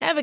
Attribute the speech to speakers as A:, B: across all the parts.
A: Ever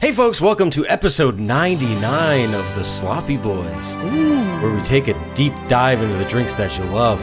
B: Hey, folks, welcome to episode 99 of The Sloppy Boys, where we take a deep dive into the drinks that you love.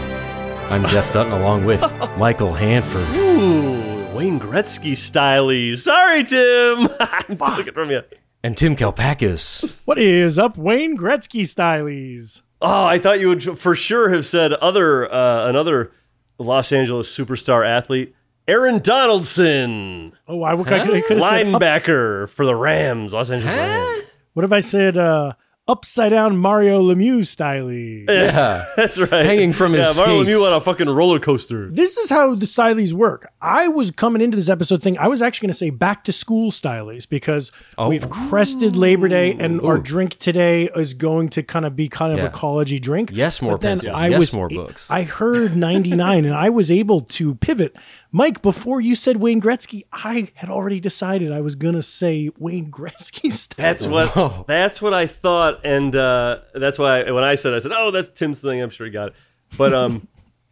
B: I'm Jeff Dutton, along with Michael Hanford.
C: Ooh, Wayne Gretzky styly. Sorry, Tim. I took it from you.
B: And Tim Kalpakis.
D: What is up, Wayne Gretzky stylies?
C: Oh, I thought you would for sure have said other uh, another Los Angeles superstar athlete, Aaron Donaldson,
D: Oh, I, would- I could have said. up-
C: linebacker for the Rams, Los Angeles Rams.
D: what if I said uh, upside down Mario Lemieux stylies?
B: Yeah.
C: That's right.
B: Hanging from his
C: yeah, Marlon
B: skates.
C: Lemieux on a fucking roller coaster.
D: This is how the stylies work. I was coming into this episode thing. I was actually going to say back to school stylies because
B: Oh.
D: we've crested Labor Day, and our drink today is going to kind of be kind of
B: Yeah.
D: a collegey drink.
B: Yes, more
D: But then
B: pencils.
D: I
B: Yes,
D: was, e-,
B: more books.
D: I heard ninety nine, and I was able to pivot. Mike, before you said Wayne Gretzky, I had already decided I was going to say Wayne Gretzky stylies.
C: That's what
B: Whoa.
C: that's what I thought, and uh, that's why when I said I said, "Oh, that's Tim's thing." I'm sure he got it, but um,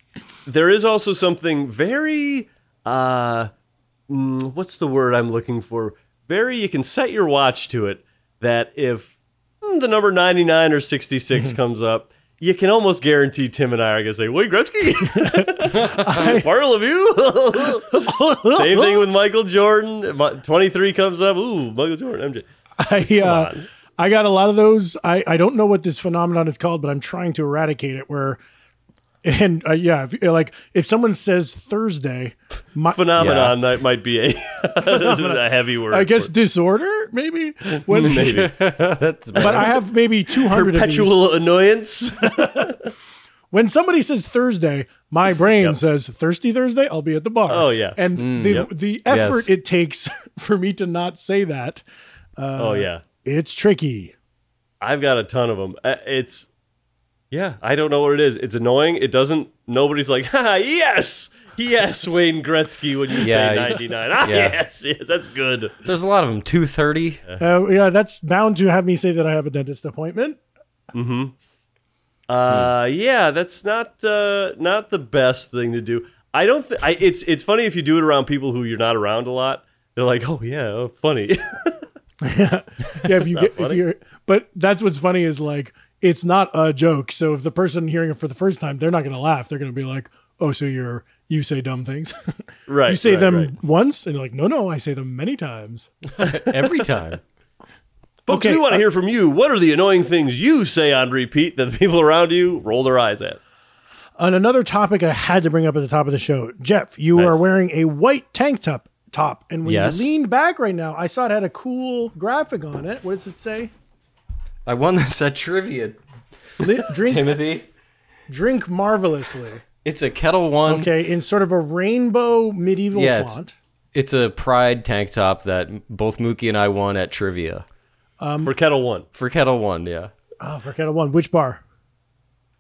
C: there is also something very uh, mm, what's the word I'm looking for? Very, you can set your watch to it that if mm, the number 99 or 66 comes up. You can almost guarantee Tim and I are gonna say, "Wait, Gretzky, Bartle of you." Same thing with Michael Jordan. Mi- Twenty-three comes up. Ooh, Michael Jordan, MJ.
D: I uh, I got a lot of those. I, I don't know what this phenomenon is called, but I'm trying to eradicate it. Where and uh, yeah, if, like if someone says Thursday, my,
C: phenomenon that might be a, a heavy word.
D: I guess
C: for
D: disorder maybe. When,
C: it. maybe
D: but I have maybe 200 of these.
C: perpetual annoyance.
D: Uh-huh. When somebody says Thursday, my brain says thirsty Thursday. I'll be at the bar.
C: Oh, yeah.
D: and the
C: yep.
D: the effort
B: Yes.
D: it takes for me to not say that
C: oh yeah,
D: it's tricky.
C: I've got a ton of them. It's yeah, I don't know what it is. It's annoying. It doesn't. Nobody's like, ha, yes, yes, Wayne Gretzky when you
B: Yeah,
C: say
B: you-
C: ninety nine. Ah,
B: yeah.
C: yes, yes, that's good.
B: There's a lot of them. 230.
D: Uh, yeah, that's bound to have me say that I have a dentist appointment. Hmm.
C: Uh, yeah, that's not uh, not the best thing to do. I don't. Th- I, it's it's funny if you do it around people who you're not around a lot. They're like, oh yeah, oh, funny.
D: Yeah, if you get if you're but that's what's funny is like it's not a joke. So if the person hearing it for the first time, they're not gonna laugh. They're gonna be like, Oh, so you're you say dumb things.
C: right.
D: you say
C: right,
D: them
C: right.
D: once and you're like, No, no, I say them many times.
B: Every time.
C: Folks,
D: Okay,
C: we want to
D: uh,
C: hear from you. What are the annoying things you say on repeat that the people around you roll their eyes at?
D: On another topic I had to bring up at the top of the show, Jeff, you
C: Nice.
D: are wearing a white tank top top. And when
B: Yes.
D: you leaned back right now, I saw it had a cool graphic on it. What does it say?
B: I won this at trivia,
D: Li- drink
B: Timothy.
D: drink marvelously.
B: It's a Kettle One.
D: Okay, in sort of a rainbow medieval
B: Yeah, it's-
D: font.
B: It's a Pride tank top that both Mookie and I won at trivia
C: For Kettle One.
B: for Kettle One, yeah.
D: Oh, for Kettle One. Which bar?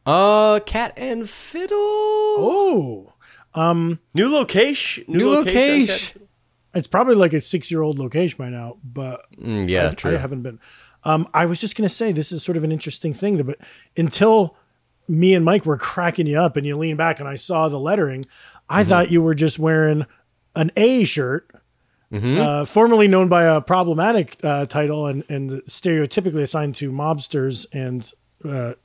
B: Uh, Cat and Fiddle.
D: Oh,
C: New location.
B: New
C: okay.
B: location.
D: it's probably like a six year old location by now, but
B: Mm, yeah, true.
D: I haven't been. Um, I was just going to say this is sort of an interesting thing, but until me and Mike were cracking you up and you
B: Mm-hmm.
D: leaned back and I saw the lettering, I thought you were just wearing an A shirt
B: Mm-hmm.
D: uh, formerly known by a problematic uh, title and, and stereotypically assigned to mobsters and uh,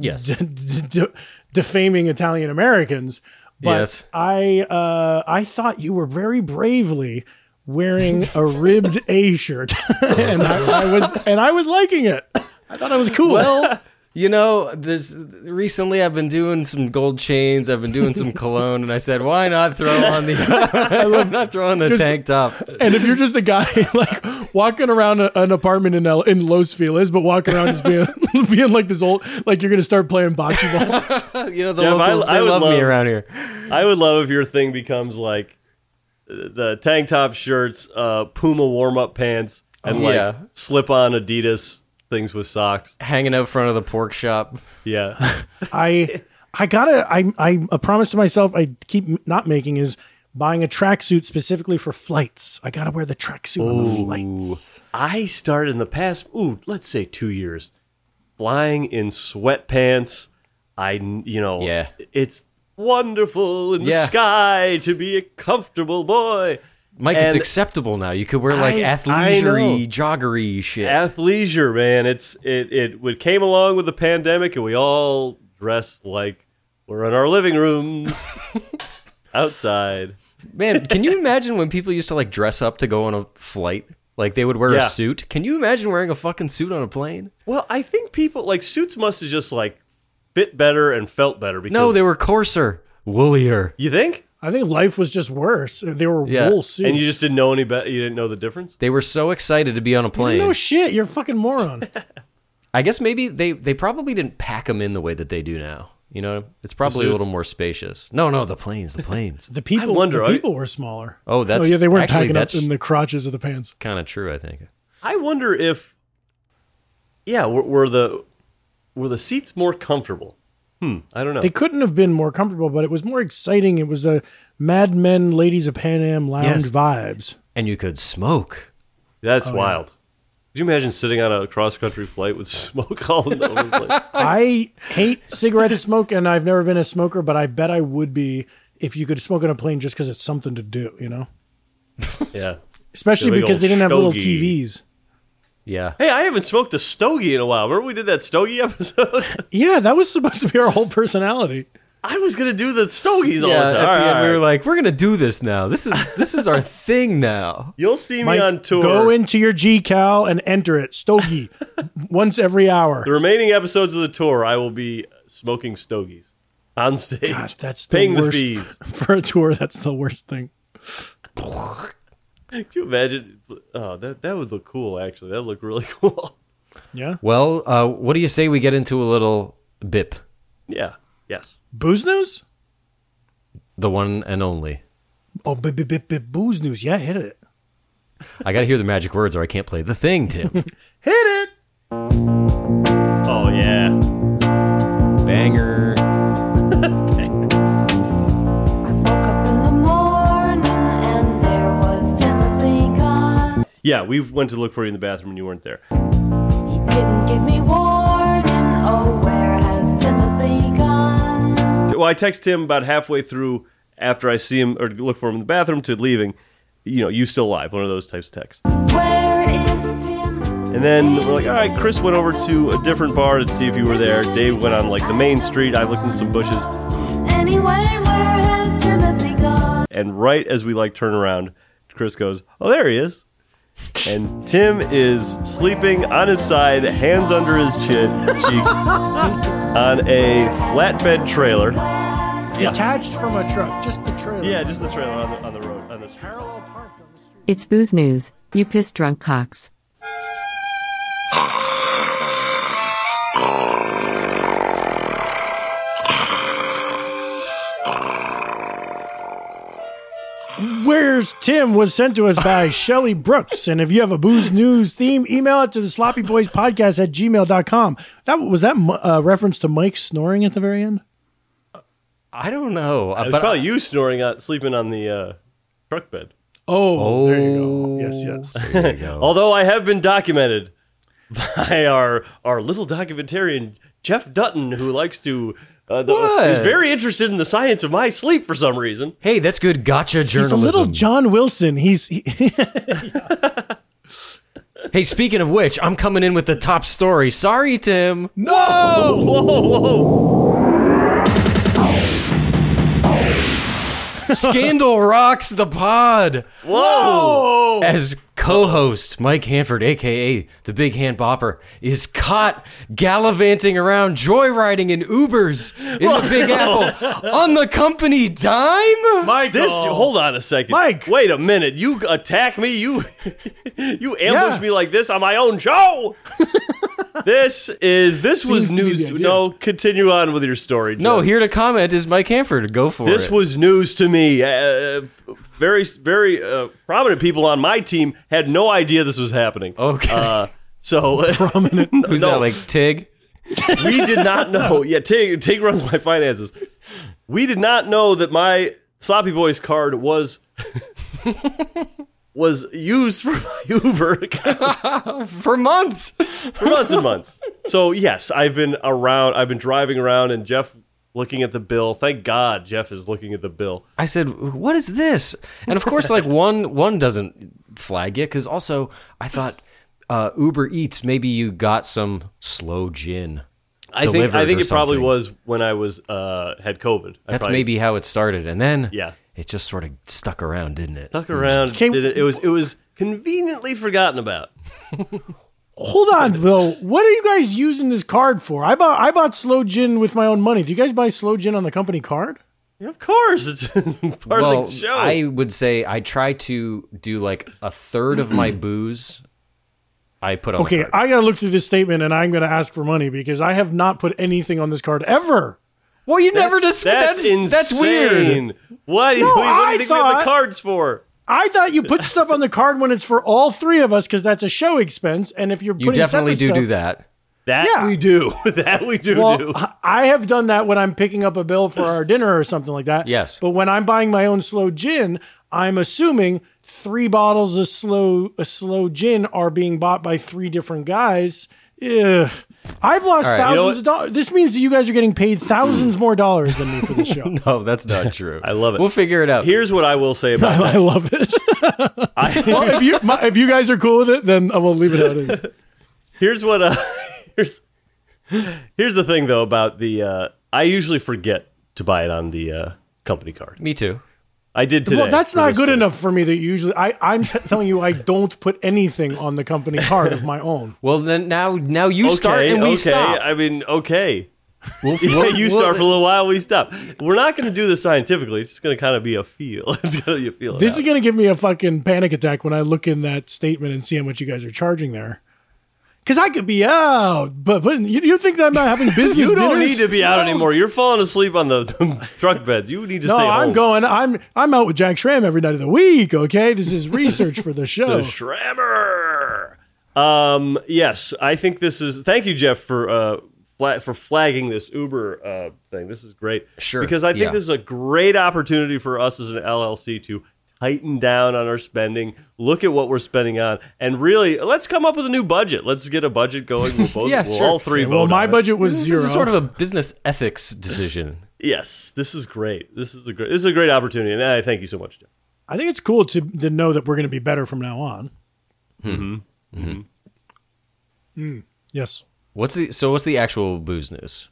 E: Yes.
D: de- de- defaming Italian Americans. But
E: Yes.
D: I uh, I thought you were very bravely wearing a ribbed A shirt, and I, I was and I was liking it. I thought it was cool.
E: well, you know, this recently I've been doing some gold chains, I've been doing some cologne, and I said, why not throw on the I love not throwing the
D: Just-
E: tank top.
D: and if you're just a guy like walking around a, an apartment in L- in Los Feliz, but walking around just being being like this old, like you're gonna start playing bocce ball.
E: You know, the
C: Yeah, but I-
E: locals
C: I
E: they
C: would
E: love, me
C: love-
E: around here.
C: I would love if your thing becomes like uh, the tank top shirts, uh, Puma warm up pants, and like
E: Yeah.
C: slip on Adidas things with socks.
E: Hanging out front of the pork shop.
C: Yeah,
D: I I gotta I I a promise to myself I keep m- not making is buying a tracksuit specifically for flights. I gotta wear the tracksuit on the flights.
C: I started in the past. Ooh, let's say two years, flying in sweatpants. I you know
E: Yeah.
C: it's wonderful in
E: Yeah.
C: the sky to be a comfortable boy.
E: Mike, it's
C: And-
E: acceptable now. You could wear like
C: I- I
E: athleisure
C: know.
E: joggery shit.
C: athleisure, man. It's it it it came along with the pandemic, and we all dressed like we're in our living rooms outside.
E: Man, can you imagine when people used to like dress up to go on a flight? Like they would wear
C: Yeah.
E: a suit. Can you imagine wearing a fucking suit on a plane?
C: Well, I think people like suits must have just like fit better and felt better because
E: No, they were coarser, woollier.
C: you think
D: I think life was just worse. They were
E: Yeah,
D: wool suits.
C: and you just didn't know any better. You didn't know the difference.
E: They were so excited to be on a plane.
D: no shit. You're a fucking moron.
E: I guess maybe they they probably didn't pack them in the way that they do now. You know, it's probably a little more spacious. No, no, the planes, the planes.
D: The people,
C: wonder,
D: the
C: I-
D: people were smaller.
E: Oh, that's-
D: yeah. They weren't
E: actually,
D: packing up
E: that's-
D: in the crotches of the pants.
E: kind of true, I think.
C: I wonder if yeah, were, were the were the seats more comfortable? Hmm, I don't know.
D: They couldn't have been more comfortable, but it was more exciting. It was the Mad Men, Ladies of Pan Am lounge
E: Yes.
D: vibes.
E: And you could smoke.
C: That's wild. Could you imagine sitting on a cross country flight with smoke all over the place?
D: I hate cigarette smoke, and I've never been a smoker, but I bet I would be if you could smoke on a plane just because it's something to do, you know?
C: Yeah.
D: Especially
C: The big
D: because
C: old
D: they didn't have little
C: stogie.
D: TVs.
E: Yeah.
C: Hey, I haven't smoked a stogie in a while. Remember we did that stogie episode?
D: Yeah, that was supposed to be our whole personality.
C: I was gonna do the stogies all
E: yeah,
C: the
E: at
C: time.
E: the
C: All
E: end,
C: right,
E: we were
C: all right.
E: like, we're gonna do this now. This is this is our thing now.
C: You'll see me
D: Mike,
C: on tour.
D: Go into your GCal and enter it, stogie, once every hour.
C: the remaining episodes of the tour, I will be smoking stogies on stage.
D: God, that's the
C: paying
D: worst
C: the fees.
D: for a tour. That's the worst thing.
C: Could you imagine? Oh, that that would look cool. Actually, that would look really cool.
D: Yeah,
E: Well, uh, what do you say we get into a little bip,
C: yeah. Yes.
D: booze news.
E: the one and only.
D: Oh, b- b- b- b- booze news. Yeah, hit it.
E: I gotta hear the magic words, or I can't play the thing, Tim.
D: Hit it.
C: Oh yeah.
E: Banger.
F: Woke up in the morning and there was Timothy gone.
C: Yeah, we went to look for you in the bathroom and you weren't there.
F: He didn't give me warning. Oh, where has Timothy gone?
C: Well, I text him about halfway through after I see him or look for him in the bathroom to leaving. You know, you still live, one of those types of texts.
F: Where is Tim?
C: And then we're like, all right, Chris went over to a different bar to see if you were there. Dave went on like the main street. I looked in some bushes.
F: Anyway, where has Timothy gone?
C: And right as we like turn around, Chris goes, oh, there he is. And Tim is sleeping on his side, hands under his chin, cheek, on a flatbed trailer.
D: Detached from a truck, just the trailer.
C: Yeah, just the trailer on the, on the road, on the street.
D: Parallel parked on the street.
G: It's booze news, you piss drunk cocks.
D: Where's Tim was sent to us by Shelly Brooks. And if you have a booze news theme, email it to the sloppy boys podcast at gmail.com. That was that uh, reference to Mike snoring at the very end.
E: I don't know,
C: It was
E: but uh,
C: probably you snoring out, sleeping on the uh, truck bed.
D: Oh, there you go. Yes, yes.
C: Although I have been documented by our our little documentarian Jeff Dutton, who likes to, uh, the,
E: What?
C: who's very interested in the science of my sleep for some reason.
E: Hey, that's good gotcha
D: He's a
E: journalism.
D: little John Wilson. He's he,
E: hey, speaking of which, I'm coming in with the top story. Sorry, Tim.
C: Whoa, whoa, whoa!
E: Scandal rocks the pod. Whoa! As co-host Mike Hanford, aka the Big Hand Bopper, is caught gallivanting around, joyriding in Ubers in the Big Apple on the company dime.
D: Michael.
C: This hold on a second,
D: Mike.
C: Wait a minute! You attack me, you you ambush
D: Yeah.
C: me like this on my own show. this is this was
D: Seems to be
C: news.
D: the idea.
C: No, continue on with your story. Jeff.
E: no, here to comment is Mike Hanford. Go for
C: This
E: it.
C: was news to me. Uh, very, very uh, prominent people on my team had no idea this was happening.
E: Okay.
C: Uh, so prominent.
E: Who's that? Like Tig?
C: we did not know. Yeah, Tig, Tig runs my finances. We did not know that my sloppy boys card was was used for my Uber account
E: For months.
C: for months and months. So yes, I've been around. I've been driving around, and Jeff looking at the bill. Thank God, Jeff is looking at the bill.
E: I said, "What is this?" And of course, like one one doesn't flag it because also I thought uh, Uber Eats maybe you got some slow gin.
C: I think
E: delivered
C: I think
E: or
C: it probably
E: something.
C: was when I was uh, had COVID. I
E: That's
C: probably
E: maybe how it started, and then
C: Yeah.
E: it just sort of stuck around, didn't it?
C: stuck around.
D: Can-
C: did it, it was it was conveniently forgotten about.
D: hold on though. What are you guys using this card for? I bought I bought slow gin with my own money. Do you guys buy slow gin on the company card?
C: of course, it's part
E: Well,
C: of the show.
E: I would say I try to do like a third of my booze. I put on the
D: Okay,
E: card.
D: I gotta look through this statement and I'm gonna ask for money because I have not put anything on this card ever.
E: well, you never just
C: that's
E: that's, that's weird.
C: insane. What, what, do
D: I
C: you think we have
D: thought-
C: the cards for?
D: I thought you put stuff on the card when it's for all three of us because that's a show expense. And if you're
E: You
D: putting
E: definitely
D: separate
E: do
D: stuff,
E: do that.
C: That
D: Yeah.
C: we do. that we do
D: Well,
C: do.
D: I- I have done that when I'm picking up a bill for our dinner or something like that.
E: Yes.
D: But when I'm buying my own slow gin, I'm assuming three bottles of slow a slow gin are being bought by three different guys. Ugh. I've lost
E: All right, you know
D: thousands of dollars. This means that you guys are getting paid thousands more dollars than me for the show.
E: Oh, that's not true.
C: I love it.
E: We'll figure it out.
C: Here's what I will say about
D: I love it. Well, if you my, if you guys are cool with it, then I will leave it out. As.
C: here's what uh, here's here's the thing though about the uh, I usually forget to buy it on the uh, company card.
E: me too.
C: I did today.
D: Well, that's
C: for
D: not
C: this
D: good
C: bill.
D: enough for me. That you usually I I'm t- telling you I don't put anything on the company card of my own.
E: Well, then now now you
C: okay,
E: start and we
C: okay.
E: stop.
C: I mean, okay.
E: We'll-
C: Yeah,
E: we'll-
C: you
E: we'll-
C: start for a little while, we stop. We're not going to do this scientifically. It's just going to kind of be a feel. It's going to be a feel.
D: This is going to give me a fucking panic attack when I look in that statement and see how much you guys are charging there. Because I could be out, but, but you, you think that I'm not having business
C: you don't
D: dinners?
C: need to be out anymore. You're falling asleep on the, the truck beds. You need to
D: No,
C: stay home.
D: I'm going. I'm I'm out with Jack Schramm every night of the week. Okay, this is research for the show.
C: The Shrammer. Um, yes, I think this is. Thank you, Jeff, for uh, fla- for flagging this Uber uh, thing. This is great.
E: Sure,
C: Because I think
E: yeah.
C: this is a great opportunity for us as an LLC to tighten down on our spending, look at what we're spending on, and really let's come up with a new budget. Let's get a budget going. We'll both,
E: Yeah,
C: we'll
E: sure.
C: all three vote.
D: well, my
C: on it.
D: budget was
E: this
D: zero.
E: is sort of a business ethics decision.
C: Yes, this is great. This is a great. This is a great opportunity, and I thank you so much, Jeff.
D: I think it's cool to to know that we're going to be better from now on. Hmm. Mm. Yes.
E: What's the so? What's the actual booze news?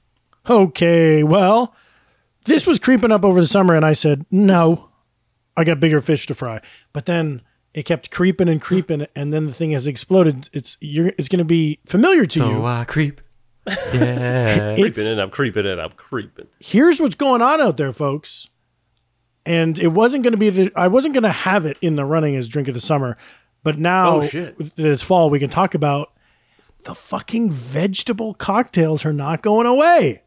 D: Okay. Well, this was creeping up over the summer, and I said no. I got bigger fish to fry. But then it kept creeping and creeping, and then the thing has exploded. It's you're it's going to be familiar to you.
E: I creep.
D: It's-
C: Creeping in, I'm creeping in, I'm creeping.
D: here's what's going on out there, folks. And it wasn't going to be the I wasn't going to have it in the running as drink of the summer, but now
C: Oh, shit.
D: this fall we can talk about the fucking vegetable cocktails are not going away.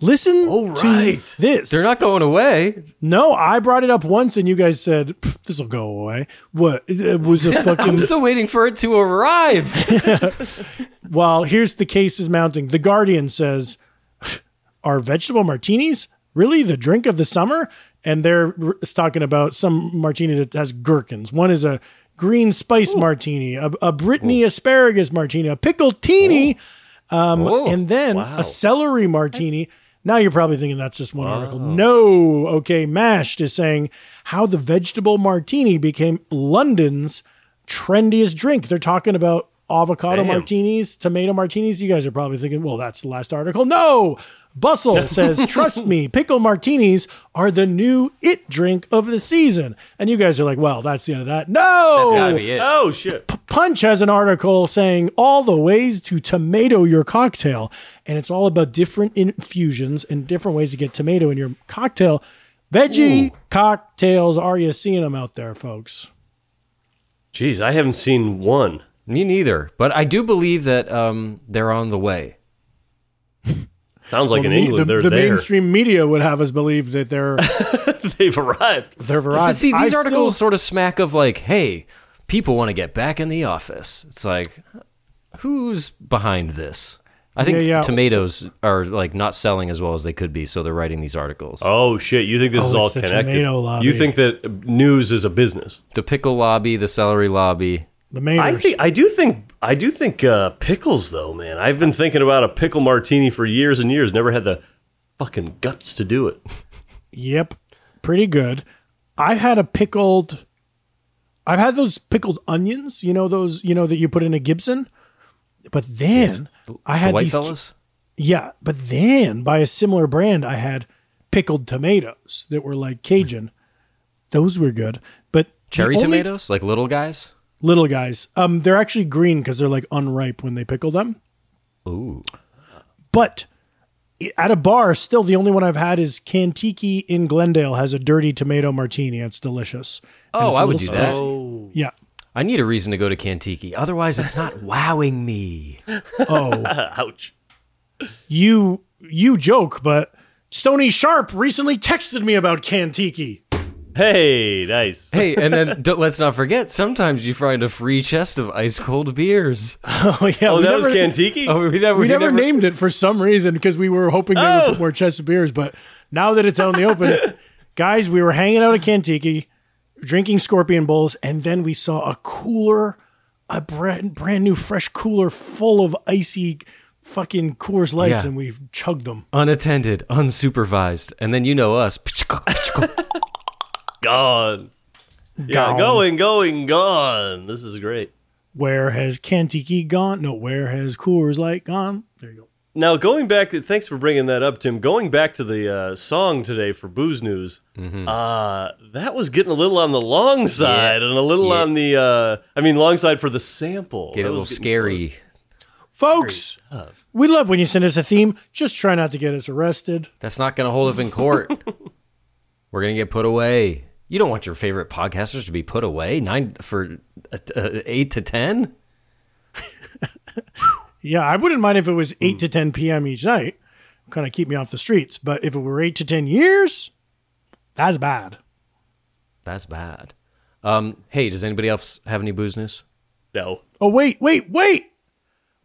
D: Listen
C: Oh,
D: to
C: right.
D: this.
E: They're not going away.
D: no, I brought it up once and you guys said this will go away. What it was a
E: I'm
D: fucking
E: still waiting for it to arrive.
D: Well, here's the case is mounting. The Guardian says, "Are vegetable martinis really the drink of the summer?" And they're r- it's talking about some martini that has gherkins. One is a green spice martini, a, a Brittany asparagus martini, a pickletini, Um,
E: Whoa,
D: and then
C: wow.
D: a celery martini. Now you're probably thinking that's just one article. No, okay. Mashed is saying how the vegetable martini became London's trendiest drink. They're talking about avocado
C: Damn.
D: martinis, tomato martinis. You guys are probably thinking, well, that's the last article. No. Bustle says, trust me, pickle martinis are the new it drink of the season. And you guys are like, well, that's the end of that. No.
F: That's gotta be it.
C: Oh shit!
D: Punch has an article saying all the ways to tomato your cocktail, and it's all about different infusions and different ways to get tomato in your cocktail. Veggie cocktails, are you seeing them out there, folks?
C: Jeez, I haven't seen one.
E: Me neither, but I do believe that um, they're on the way.
C: Sounds like
D: Well,
C: in
D: the me-
C: England,
D: the,
C: they're
D: the
C: there.
D: mainstream media would have us believe that they're
C: They've arrived.
D: they're
E: But
D: variety.
E: see,
D: I
E: these
D: still-
E: articles sort of smack of like, hey, people want to get back in the office. It's like, who's behind this? I think
D: Yeah, yeah.
E: tomatoes are like not selling as well as they could be, so they're writing these articles.
C: Oh shit! You think this
D: Oh,
C: is all
D: it's the
C: connected?
D: tomato lobby.
C: You think that news is a business?
E: The pickle lobby, the celery lobby.
D: the Mainers.
C: I think I do think I do think uh, pickles though, man. I've been thinking about a pickle martini for years and years. Never had the fucking guts to do it.
D: Yep, pretty good. I had a pickled. I've had those pickled onions. You know those. You know that you put in a Gibson. But then I
E: The
D: had
E: white
D: these.
E: fellas?
D: Yeah, but then by a similar brand, I had pickled tomatoes that were like Cajun. Those were good, but the
E: Cherry
D: only-
E: tomatoes? Like little guys?
D: little guys. Um, they're actually green because they're like unripe when they pickle them.
E: Ooh.
D: But i- at a bar, still the only one I've had is Cantiki in Glendale has a dirty tomato martini. It's delicious. And
E: Oh,
D: it's a
E: I would do
D: little
E: that.
D: spicy. Yeah.
E: I need a reason to go to Kantiki. Otherwise, it's not wowing me.
D: Oh,
C: Ouch!
D: you you joke, but Stony Sharp recently texted me about Cantiki.
C: Hey, nice.
E: Hey, and then don't, let's not forget, sometimes you find a free chest of ice cold beers.
D: Oh yeah.
C: Oh,
D: we
C: that
D: never-
C: was Cantiki.
E: Oh, we never,
D: we never, named it for some reason because we were hoping they would put more chests of beers. But now that it's out in the open, guys, we were hanging out at Kantiki, drinking scorpion bowls, and then we saw a cooler, a brand brand new fresh cooler full of icy fucking Coors Lights,
E: Yeah.
D: and we chugged them.
E: unattended, unsupervised, and then you know us.
C: Gone. Yeah,
D: Gone.
C: going, going, gone. This is great.
D: Where has Kantiki gone? No, where has Coors Light gone? There you go.
C: Now going back, to, thanks for bringing that up, Tim. Going back to the uh, song today for Booze News,
E: Mm-hmm.
C: uh, that was getting a little on the long side and a little on the, uh, I mean, long side for the sample.
E: Get
C: That
E: a little
C: was getting
E: scary.
D: Folks, we love when you send us a theme. Just try not to get us arrested.
E: That's not going to hold up in court. We're going to get put away. You don't want your favorite podcasters to be put away nine for uh, uh, eight to ten.
D: Yeah, I wouldn't mind if it was 8 to 10 p.m. each night, kind of keep me off the streets. But if it were 8 to 10 years, that's bad.
E: That's bad. Um, hey, does anybody else have any booze news?
C: No.
D: Oh, wait, wait, wait.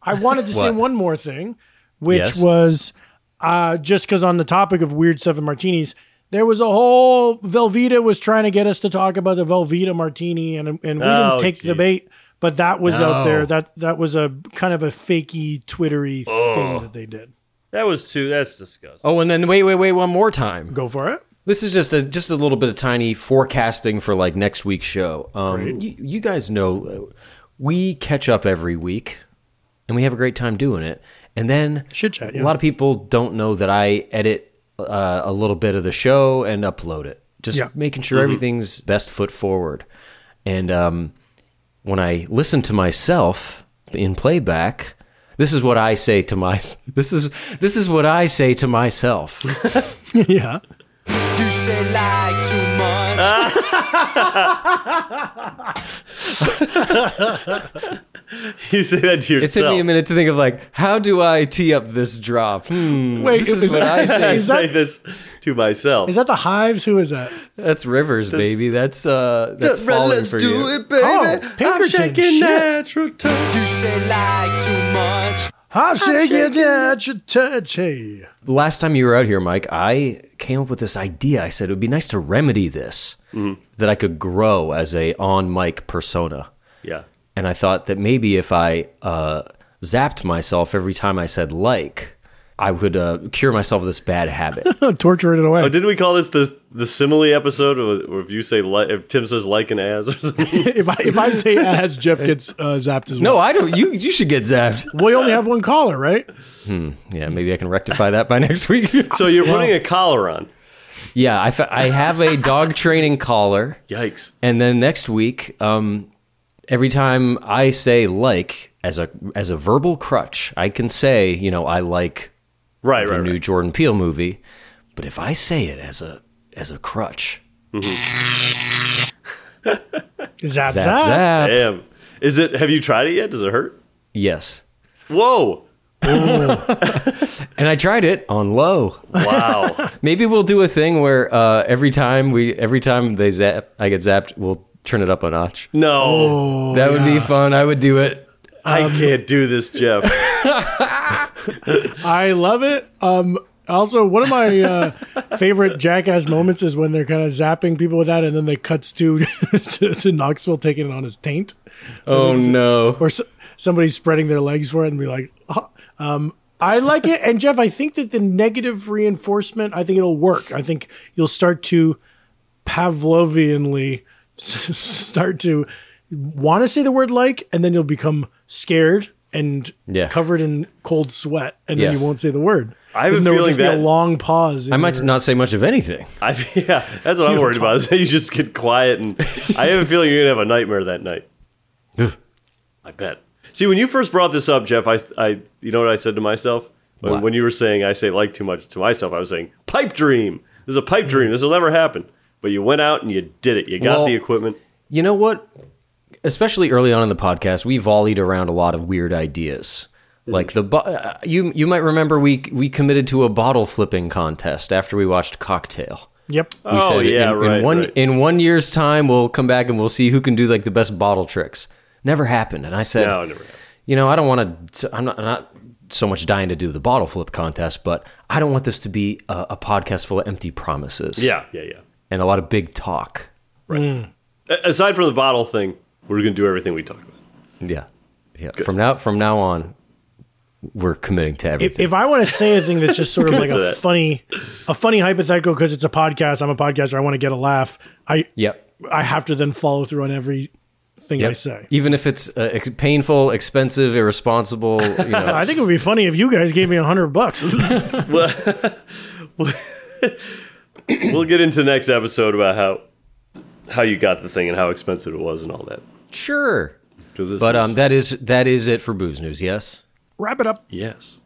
D: I wanted to say
E: What?
D: one more thing, which
E: Yes.
D: was uh, just because on the topic of weird stuff and martinis, there was a whole Velveeta was trying to get us to talk about the Velveeta martini, and and we
C: Oh,
D: didn't take the
C: geez.
D: bait, but that was out
E: No.
D: there. That that was a kind of a fakey, twittery thing that they did.
C: That was too, that's disgusting.
E: Oh, and then wait, wait, wait, one more time.
D: Go for it.
E: This is just a just a little bit of tiny forecasting for like next week's show. Um, you, you guys know uh, we catch up every week, and we have a great time doing it. And then
D: Chit chat,
E: A
D: yeah.
E: lot of people don't know that I edit uh, a little bit of the show and upload it, just
D: Yeah. Mm-hmm.
E: making sure everything's best foot forward. And um, when I listen to myself in playback, this is what I say to my this is this is what I say to myself.
D: yeah.
F: You say like too much.
C: You say that
E: It
C: to
E: took
C: yourself.
E: me a minute to think of like, how do I tee up this drop? Hmm,
D: Wait,
E: this is what I say.
D: Is
C: say
D: that,
C: this to myself.
D: is that the hives? Who is that?
E: that's rivers, baby. That's uh, that's falling for you.
C: baby.
D: Oh, Pinkerton. shit.
C: natural time.
F: You say like too much.
D: I'm shaking that your touch. Hey.
E: Last time you were out here, Mike, I came up with this idea. I said it would be nice to remedy this, that I could grow as a on mic persona.
C: Yeah.
E: and I thought that maybe if I uh, zapped myself every time I said like, I would uh, cure myself of this bad habit.
D: Torture it away.
C: Oh, didn't we call this the the simile episode? Or, or if you say like, if Tim says like and as or something,
D: if I if I say as Jeff gets uh, zapped as well.
E: no, I don't. You you should get zapped.
D: No, we only have one caller, right?
E: Yeah, maybe I can rectify that by next week.
C: so you're putting a collar on.
E: yeah, I, fa- I have a dog training collar.
C: Yikes!
E: And then next week, um, every time I say like as a as a verbal crutch, I can say you know I like
C: Right,
E: the
C: right,
E: new
C: right.
E: Jordan Peele movie, but if I say it as a as a crutch,
D: Zap zap.
E: zap zap,
C: Damn. Is it? Have you tried it yet? Does it hurt?
E: yes.
C: Whoa!
E: And I tried it on low.
C: Wow!
E: Maybe we'll do a thing where uh, every time we every time they zap, I get zapped, we'll turn it up a notch.
C: no,
E: that would be fun. I would do it.
C: I
E: um,
C: can't do this, Jeff.
D: I love it. Um, also, one of my uh, favorite jackass moments is when they're kind of zapping people with that, and then they cuts to to, to Knoxville taking it on his taint,
E: Oh no!
D: or s somebody spreading their legs for it, and be like, "Huh." um, "I like it." And Jeff, I think that the negative reinforcement, I think it'll work. I think you'll start to Pavlovianly s- start to want to say the word like, and then you'll become scared and
E: Yeah.
D: covered in cold sweat, and then
E: Yeah.
D: you won't say the word.
C: I have a
D: And there will
C: feeling
D: just
C: that-
D: be a long pause. in
E: I might
D: your-
E: not say much of anything.
C: I, yeah, that's what I'm worried about. Is that you just get quiet, and I have a feeling you're gonna have a nightmare that night. I bet. See, when you first brought this up, Jeff, I, I, you know what I said to myself when,
E: What?
C: when you were saying I say like too much to myself. I was saying pipe dream. This is a pipe dream. This will never happen. But you went out and you did it. You got
E: Well-
C: the equipment.
E: You know what? Especially early on in the podcast, we volleyed around a lot of weird ideas.
C: Mm-hmm.
E: Like the bo- uh, you you might remember we we committed to a bottle flipping contest after we watched Cocktail.
D: Yep.
E: We
C: Oh, yeah,
E: in,
C: right,
E: in one
C: right.
E: in one year's time we'll come back and we'll see who can do like the best bottle tricks. Never happened, and I said,
C: No, it never happened.
E: you know, I don't want to. I'm not not so much dying to do the bottle flip contest, but I don't want this to be a, a podcast full of empty promises.
C: Yeah, yeah, yeah.
E: and a lot of big talk.
C: A- aside from the bottle thing, we're gonna do everything we talked about.
E: Yeah, yeah. From now from now on, we're committing to everything.
D: If, if I want to say a thing that's just sort of like
C: to
D: a
C: that.
D: funny, a funny hypothetical because it's a podcast, I'm a podcaster. I want to get a laugh. I
E: yep.
D: I have to then follow through on everything I
E: Yep.
D: say.
E: Even if it's uh, ex- painful, expensive, irresponsible, you know,
D: I think it would be funny if you guys gave me a hundred bucks.
C: We'll get into next episode about how how you got the thing and how expensive it was and all that.
E: sure.
C: 'Cause this
E: But
C: is-
E: um, that is that is it for booze news. Yes.
D: Wrap it up.
C: yes.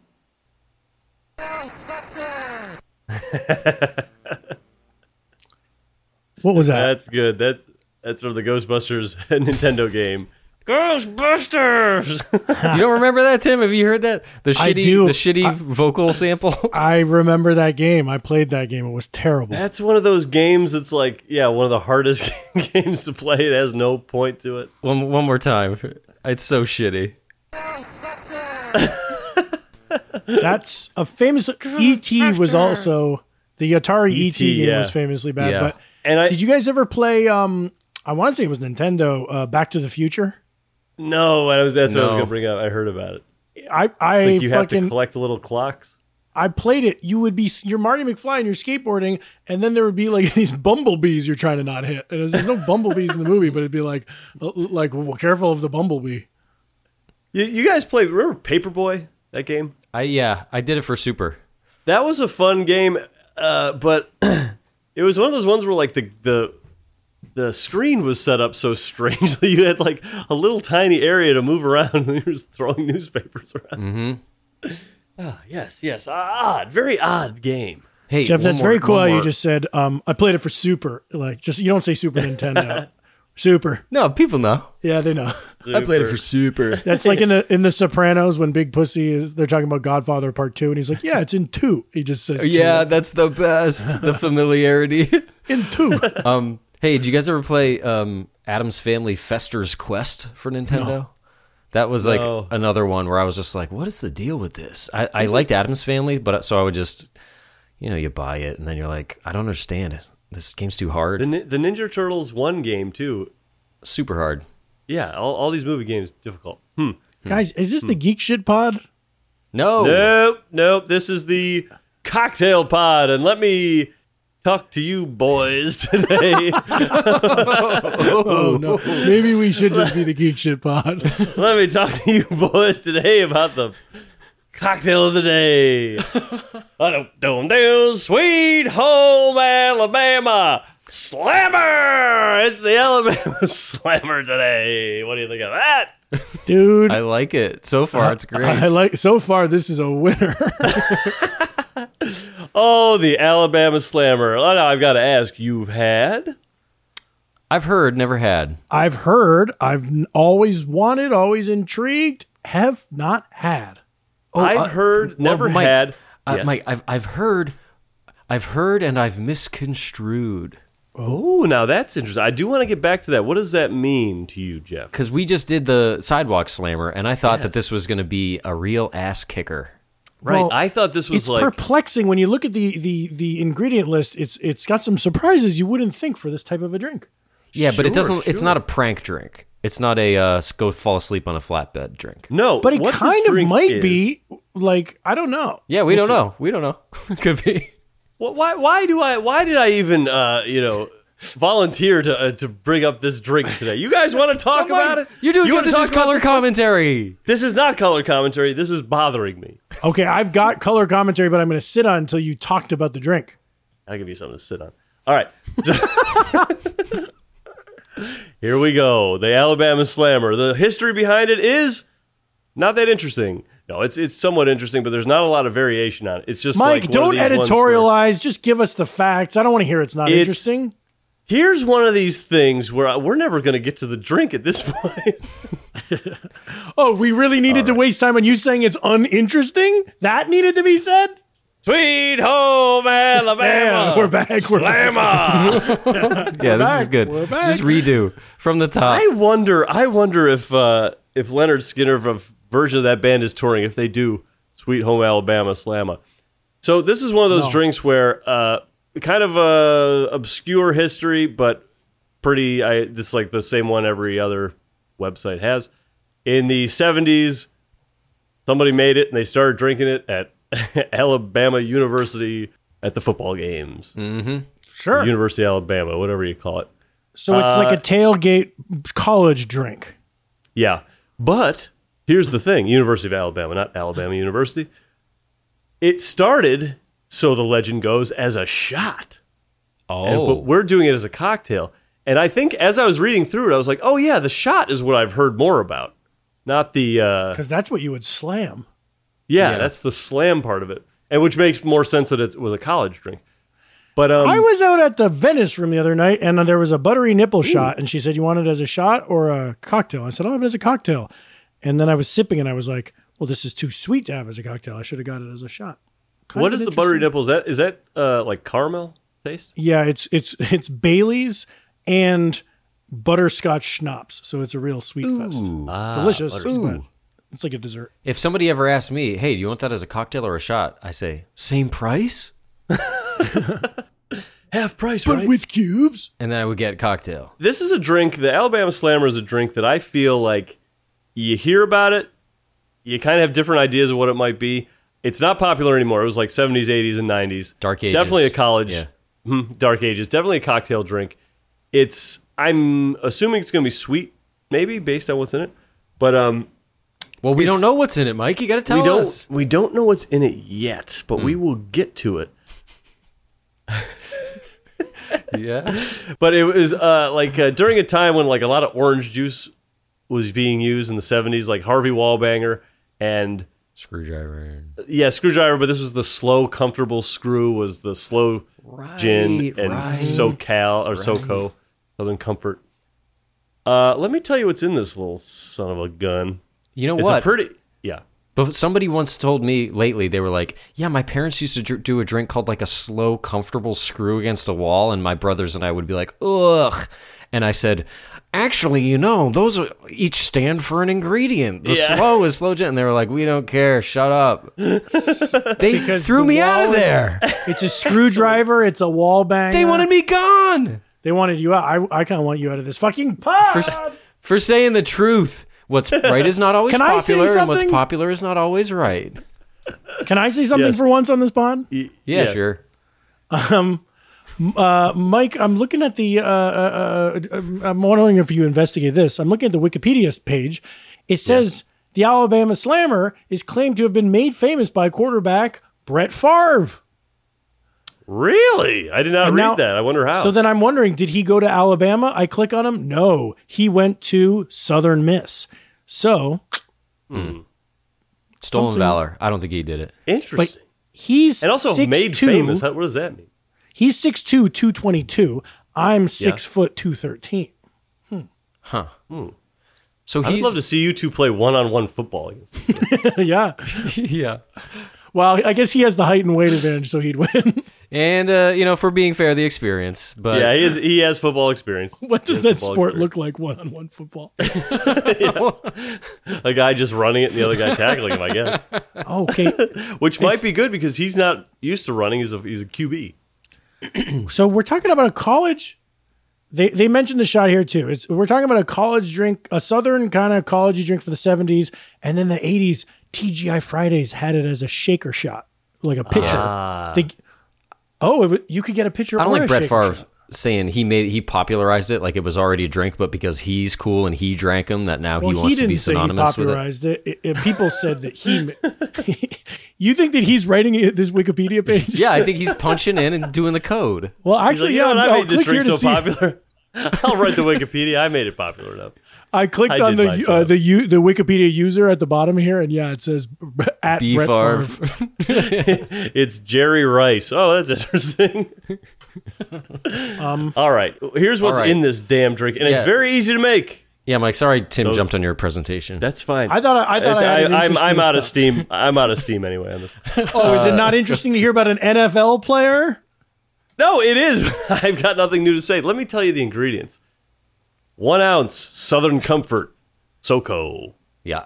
D: What was that?
C: That's good. That's that's from the Ghostbusters Nintendo game. Ghostbusters.
E: You don't remember that, Tim? Have you heard that? The shitty,
D: I do.
E: the shitty vocal sample.
D: I remember that game. I played that game. It was terrible.
C: that's one of those games that's like, yeah, one of the hardest games to play. It has no point to it.
E: one one more time. It's so shitty.
D: That's a famous ET was also the Atari ET, game
C: E yeah.
D: was famously bad.
E: Yeah.
D: But
C: And I
D: did you guys ever play? Um, I want to say it was Nintendo. Uh, Back to the Future.
C: no, I was, that's what I was
E: No.
C: gonna bring up. I heard about it.
D: I I
C: Like you have to
D: fucking
C: collect little clocks.
D: I played it. You would be you're Marty McFly and you're skateboarding, and then there would be like these bumblebees you're trying to not hit. And there's no bumblebees in the movie, but it'd be like like well, careful of the bumblebee.
C: You, you guys played remember Paperboy that game?
E: I yeah, I did it for super.
C: That was a fun game, uh, but it was one of those ones where like the the the screen was set up so strangely. You had like a little tiny area to move around, and you were just throwing newspapers around. Mm-hmm. yes, yes, odd, very odd game.
E: Hey,
D: Jeff,
E: one
D: that's
E: more-
D: very cool
E: one
D: how you
E: more-
D: just said um, I played it for Super. Like just you don't say Super Nintendo. Super.
E: No, people know.
D: Yeah, they know.
E: I played it for super.
D: That's like in the in the Sopranos when Big Pussy is they're talking about Godfather Part 2 and he's like, "Yeah, it's in 2." He just says, two.
E: yeah, that's the best. The familiarity.
D: in 2."
E: um, hey, did you guys ever play um, Adam's Family Fester's Quest for Nintendo? That was like
C: No.
E: another one where I was just like, "What is the deal with this?" I, I liked Adam's Family, but uh, so I would just, you know, you buy it and then you're like, "I don't understand it. This game's too hard,
C: The, Nin- the Ninja Turtles one game too.
E: super hard."
C: Yeah, all, all these movie games difficult. Hmm.
D: Guys, is this the geek shit pod?
E: Oh,
B: No.
C: Nope, nope. This is the cocktail pod, and let me talk to you boys today.
D: Oh no. Maybe we should just be the geek shit pod.
C: let me talk to you boys today about the cocktail of the day. I don't don't do sweet home Alabama slammer. It's the Alabama slammer today. What do you think of that?
D: Dude,
E: I like it. So far, it's great.
D: I like so far this is a winner.
C: Oh, the Alabama slammer. Oh, no, I've got to ask. You've had?
E: I've heard, never had.
D: I've heard, I've n- always wanted, always intrigued, have not had.
C: I've
E: uh,
C: heard.
E: well,
C: never
E: Mike,
C: had.
E: Uh,
C: Yes.
E: Mike, I've I've heard, I've heard, and I've misconstrued
C: Oh, now that's interesting. I do want to get back to that. What does that mean to you, Jeff?
E: because we just did the sidewalk slammer, and I thought that this was going to be a real ass kicker.
C: Right.
D: Well,
C: I thought this was
D: It's
C: like
D: perplexing when you look at the the the ingredient list. It's it's got some surprises you wouldn't think for this type of a drink.
E: Yeah, but it
C: Sure,
E: doesn't. It's
C: sure.
E: not a prank drink. It's not a uh, s- go fall asleep on a flatbed drink.
C: no,
D: But it
C: what this
D: kind of
C: drink
D: might
C: is-
D: be like I don't know.
E: Yeah, we don't know. We don't know. Could be.
C: Wh- Why? Why do I? Why did I even? Uh, you know. Volunteer to uh, to bring up this drink today. You guys want to talk about it?
E: You're doing
C: You
E: good.
C: wanna
E: This
C: talk
E: is
C: about-
E: color commentary.
C: This is not color commentary. This is bothering me.
D: Okay, I've got color commentary, but I'm going to sit on until you talked about the drink.
C: I'll give you something to sit on. All right. Here we go. The Alabama Slammer. The history behind it is not that interesting. No, it's it's somewhat interesting, but there's not a lot of variation on it. It's just like
D: Mike,
C: one of
D: don't
C: these ones where-
D: editorialize. Just give us the facts. I don't want to hear it's not
C: It's-
D: interesting.
C: Here's one of these things where I, we're never going to get to the drink at this point.
D: Oh, we really needed to waste time on you saying it's uninteresting? That needed to be said?
C: Sweet home Alabama.
D: Man, we're back. We're back.
C: Slammer.
E: Yeah, this is
D: back.
E: good.
D: We're back.
E: Just redo from the top.
C: I wonder. I wonder if uh, if Leonard Skinner of- of version of that band is touring. If they do, Sweet Home Alabama Slamma. So this is one of those drinks where uh, kind of uh, obscure history, but pretty. I this is like the same one every other website has. In the seventies, somebody made it and they started drinking it at Alabama University at the football games,
D: Sure.
C: University of Alabama, whatever you call it.
D: So it's
C: uh,
D: like a tailgate college drink.
C: Yeah. But here's the thing University of Alabama, not Alabama University. It started, so the legend goes, as a shot. And-
E: oh,
C: but we're doing it as a cocktail. And I think as I was reading through it, I was like, oh, yeah, the shot is what I've heard more about. Not the, uh,
D: Because that's what you would slam.
C: yeah, that's the slam part of it. And which makes more sense that it was a college drink. But um,
D: I was out at the Venice room the other night and there was a buttery nipple shot. And she said, You want it as a shot or a cocktail? I said, I'll have it as a cocktail. And then I was sipping and I was like, Well, this is too sweet to have as a cocktail. I should have got it as a shot. Kind
C: what
D: of
C: is
D: an
C: the buttery
D: interesting-
C: nipple? Is that, is that uh, like caramel taste?
D: Yeah, it's it's it's Bailey's and butterscotch schnapps. So it's a real sweet fest. Delicious. but It's like a dessert.
E: if somebody ever asked me, "Hey, do you want that as a cocktail or a shot?" I say, "Same price,"
C: Half price,
D: But with cubes?
E: and then I would get cocktail.
C: this is a drink. The Alabama Slammer is a drink that I feel like you hear about it, you kind of have different ideas of what it might be. It's not popular anymore. It was like 70s, 80s, and 90s.
E: Dark ages.
C: Definitely a college.
E: Yeah.
C: Mhm, dark ages. Definitely a cocktail drink. It's. I'm assuming it's going to be sweet, maybe based on what's in it. But um,
E: Well, we don't know what's in it, Mike. You got to tell
C: we don't.
E: us.
C: We don't know what's in it yet, but
E: Hmm.
C: we will get to it.
E: Yeah,
C: But it was uh, like uh, during a time when like a lot of orange juice was being used in the 70s, like Harvey Wallbanger and
E: screwdriver.
C: yeah, screwdriver. But this was the slow, comfortable screw. Was the slow gin and
E: right.
C: SoCal or SoCo Southern Comfort. Uh, let me tell you what's in this little son of a gun.
E: You know
C: it's
E: what?
C: a pretty yeah.
E: But somebody once told me lately, they were like, "Yeah, my parents used to dr- do a drink called like a slow, comfortable screw against the wall," and my brothers and I would be like, "Ugh," and I said, "Actually, you know, those are, each stand for an ingredient. The
C: Yeah.
E: slow is slow gin." And they were like, "We don't care. Shut up." they threw
D: the
E: me out
D: wall
E: of
D: is-
E: there.
D: It's a screwdriver. It's a wall bang.
E: they wanted me gone
C: Um,
D: They wanted you out. I, I kind of want you out of this fucking pub.
E: for s- for saying the truth. What's right is not always
D: Can I say
E: popular, and what's
D: something?
E: popular is not always right.
D: Can I say something
C: Yes.
D: for once on this pod?
C: Y-
E: Yeah,
C: yes.
E: sure.
D: Mike, I'm looking at the. Uh, uh, uh, I'm wondering if you investigate this. I'm looking at the Wikipedia page. It says the Alabama Slammer is claimed to have been made famous by quarterback Brett Favre.
C: Really? I did not
D: And
C: read
D: now-
C: that. I wonder how.
D: So then I'm wondering, did he go to Alabama? I click on him. No, he went to Southern Miss. So
E: Stolen valor. I don't think he did it.
C: Interesting.
D: he's
C: and also
D: 6'2".
C: made famous. How, what does that mean?
D: He's 6'2", 222. I'm six foot two thirteen.
E: So
C: I'd
E: he's
C: love to see you two play one-on-one football.
D: yeah.
E: yeah.
D: Well, I guess he has the height and weight advantage, so he'd win.
E: And uh, you know, for being fair, the experience. But
C: yeah, he, is, he has football experience.
D: what does
C: He
D: that
C: has football
D: sport look like one on one football?
C: experience. A guy just running it and the other guy tackling him, I guess.
D: Oh, okay.
C: Which might be good because he's not used to running. He's a, he's a QB.
D: So we're talking about a college. They, they mentioned the shot here too. It's we're talking about a college drink, a southern kind of college drink for the seventies, and then the eighties. TGI Fridays had it as a shaker shot, like a pitcher. They- oh, it, wa- you could get a pitcher.
E: Ah. I don't
D: or
E: like
D: a
E: Brett
D: shaker
E: Favre
D: shot.
E: saying he made he popularized it like it was already a drink, but because he's cool and he drank them, that now
D: Well,
E: he
D: he,
E: wants to
D: didn't
E: be
D: say he
E: synonymous with it.
D: popularized it. It- it- People said that he. you think that he's writing it- this Wikipedia page?
E: Yeah, I think he's punching in and doing the code.
D: Well,
C: He's like,
D: actually,
C: you know
D: yeah.
C: what? I
D: I'll
C: made this
D: click here
C: drink
D: to
C: so
D: see-
C: popular. I'll write the Wikipedia. I made it popular enough.
D: I clicked
C: I
D: on
C: did my
D: the
C: job.
D: uh, the u- the Wikipedia user at the bottom here, and yeah, it says at
E: B
D: Brett
E: Favre.
D: Favre.
C: It's Jerry Rice. Oh, that's interesting.
D: Um,
C: All right. Here's what's
E: All right.
C: in this damn drink, and it's
E: Yeah.
C: very easy to make.
E: Yeah, Mike. Sorry, Tim jumped on your presentation.
C: That's fine.
D: I thought I, I thought I, had an
C: am
D: interesting
C: I'm out of
D: stuff.
C: steam. I'm out of steam anyway on this.
D: Oh, is it not interesting to hear about an NFL player?
C: No, it is. I've got nothing new to say. Let me tell you the ingredients. One ounce Southern Comfort, SoCo.
E: yeah.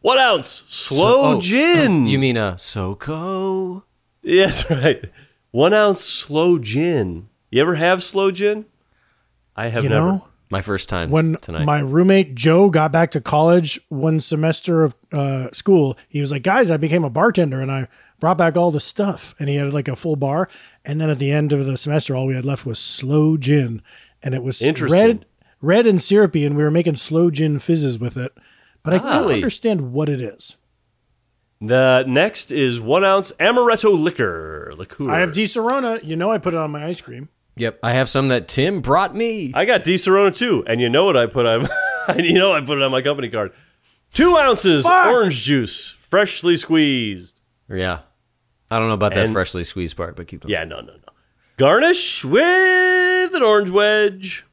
C: One ounce Slow
E: oh,
C: Gin.
E: You mean uh, SoCo?
C: Yes, right. One ounce Slow Gin. You ever have Slow Gin? I have
D: You
C: never.
D: know,
E: My first time
D: when
E: tonight.
D: my roommate Joe got back to college one semester of uh, school, he was like, "Guys, I became a bartender and I brought back all the stuff." And he had like a full bar. And then at the end of the semester, all we had left was slow gin, and it was
C: Interesting.
D: red, red and syrupy, and we were making slow gin fizzes with it. But I don't understand what it is.
C: The next is one ounce amaretto liquor. Liqueur.
D: I have Di Serona. You know, I put it on my ice cream.
E: yep, I have some that Tim brought me.
C: I got Di Serona too, and you know what I put on? you know I put it on my company card. Two ounces
D: Fuck!
C: orange juice, freshly squeezed.
E: yeah, I don't know about that
C: And-
E: freshly squeezed part, but keep going.
C: Yeah, no, no, no. Garnish with an orange wedge.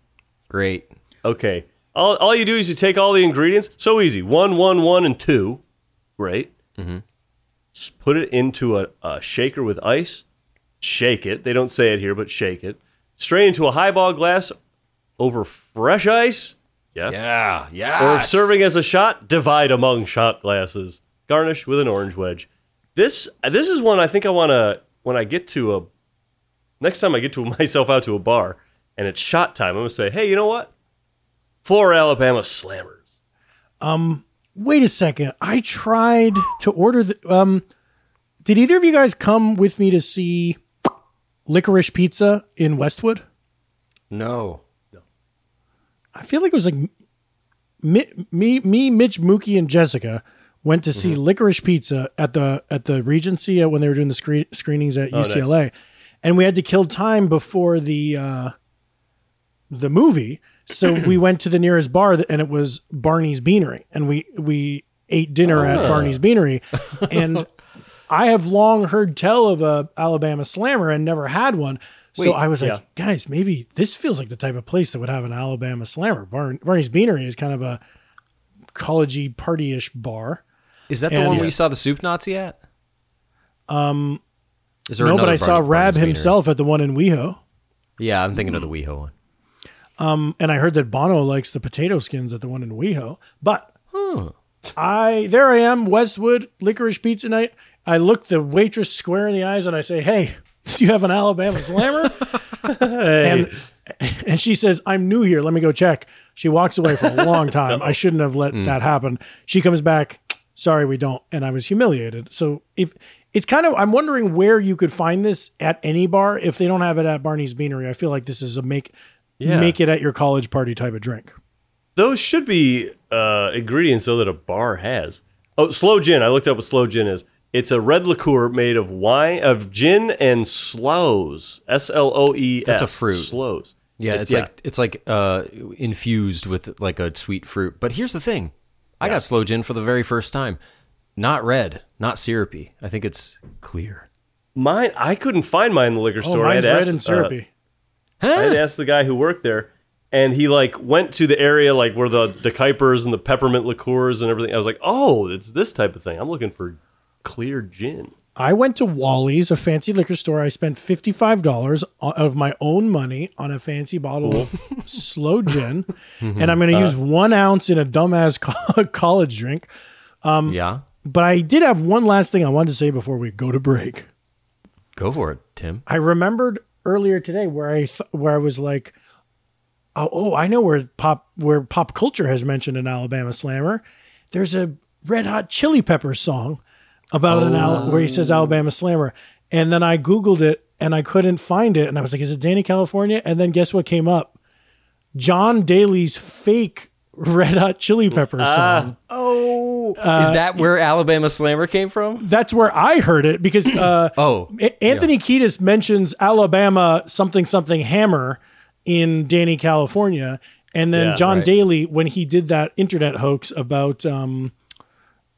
E: great.
C: Okay. All, all you do is you take all the ingredients. So easy. One, one, one, and two. Right? Mm-hmm. Just put it into a, a shaker with ice. Shake it. They don't say it here, but shake it. Strain into a highball glass over fresh ice. Yeah.
E: Yeah, yeah.
C: Or if serving as a shot, divide among shot glasses. Garnish with an orange wedge. This this is one I think I want to when I get to a next time I get to myself out to a bar and it's shot time. I'm gonna say, hey, you know what? Four Alabama slammers.
D: Wait a second. I tried to order the. Um, did either of you guys come with me to see Licorice Pizza in Westwood?
E: no.
D: I feel like it was like me, me, me Mitch, Mookie, and Jessica went to see Licorice Pizza at the at the Regency uh, when they were doing the screen, screenings at UCLA, and we had to kill time before the uh, the movie. So we went to the nearest bar, that, and it was Barney's Beanery, and we we ate dinner at Barney's Beanery, and I have long heard tell of a Alabama Slammer and never had one. So
E: Wait,
D: I was like, guys, maybe this feels like the type of place that would have an Alabama Slammer. Barn- Barney's Beanery is kind of a collegey partyish bar.
E: Is that the
D: And- Um,
E: one where you saw the soup Nazi at? Um, Is there
D: no,
E: another
D: but I saw
E: Barney-
D: Rab
E: Barney's Beanery?
D: himself at the one in WeHo,
E: Yeah, I'm thinking of the WeHo one.
D: and I heard that Bono likes the potato skins at the one in WeHo. But I there I am, Westwood Licorice Pizza Night. I look the waitress square in the eyes and I say, "Hey, do you have an Alabama Slammer?" And and she says, "I'm new here. Let me go check." She walks away for a long time. I shouldn't have
C: Mm.
D: let that happen. She comes back, sorry, we don't. And I was humiliated. So if it's kind of, I'm wondering where you could find this at any bar if they don't have it at Barney's Beanery. I feel like this is a make,
C: Yeah.
D: make it at your college party type of drink.
C: Those should be uh, ingredients though that a bar has. Oh, slow gin. I looked up what slow gin is. It's a red liqueur made of wine of gin and sloes. S L O E S.
E: That's a fruit.
C: Sloes.
E: Yeah, it's, like it's like uh, infused with like a sweet fruit. But here's the thing: I got slow gin for the very first time. Not red, not syrupy. I think it's clear.
C: mine. I couldn't find mine in the liquor
D: Oh,
C: store. I had
D: mine's red
C: asked,
D: and
C: uh,
D: syrupy.
C: I had asked the guy who worked there, and he like went to the area like where the the Kuipers and the peppermint liqueurs and everything. I was like, oh, it's this type of thing. I'm looking for clear gin.
D: I went to Wally's, a fancy liquor store. I spent $55 o- of my own money on a fancy bottle of slow gin. and I'm going to use one ounce in a dumbass co- college drink. Um,
E: yeah,
D: But I did have one last thing I wanted to say before we go to break.
E: go for it, Tim.
D: I remembered earlier today where I th- where I was like, oh, oh, I know where pop where pop culture has mentioned an Alabama Slammer. There's a Red Hot Chili Pepper song about an Al- where he says Alabama Slammer, and then I googled it and I couldn't find it, and I was like, is it Danny California? And then guess what came up? John Daly's fake Red Hot Chili Pepper song. uh,
E: Is that where Alabama Slammer came from?
D: That's where I heard it because uh,
E: Oh,
D: A- Anthony Kiedis mentions Alabama something something hammer in Danny California, and then
C: Yeah,
D: John
E: right.
D: Daly when he did that internet hoax about um,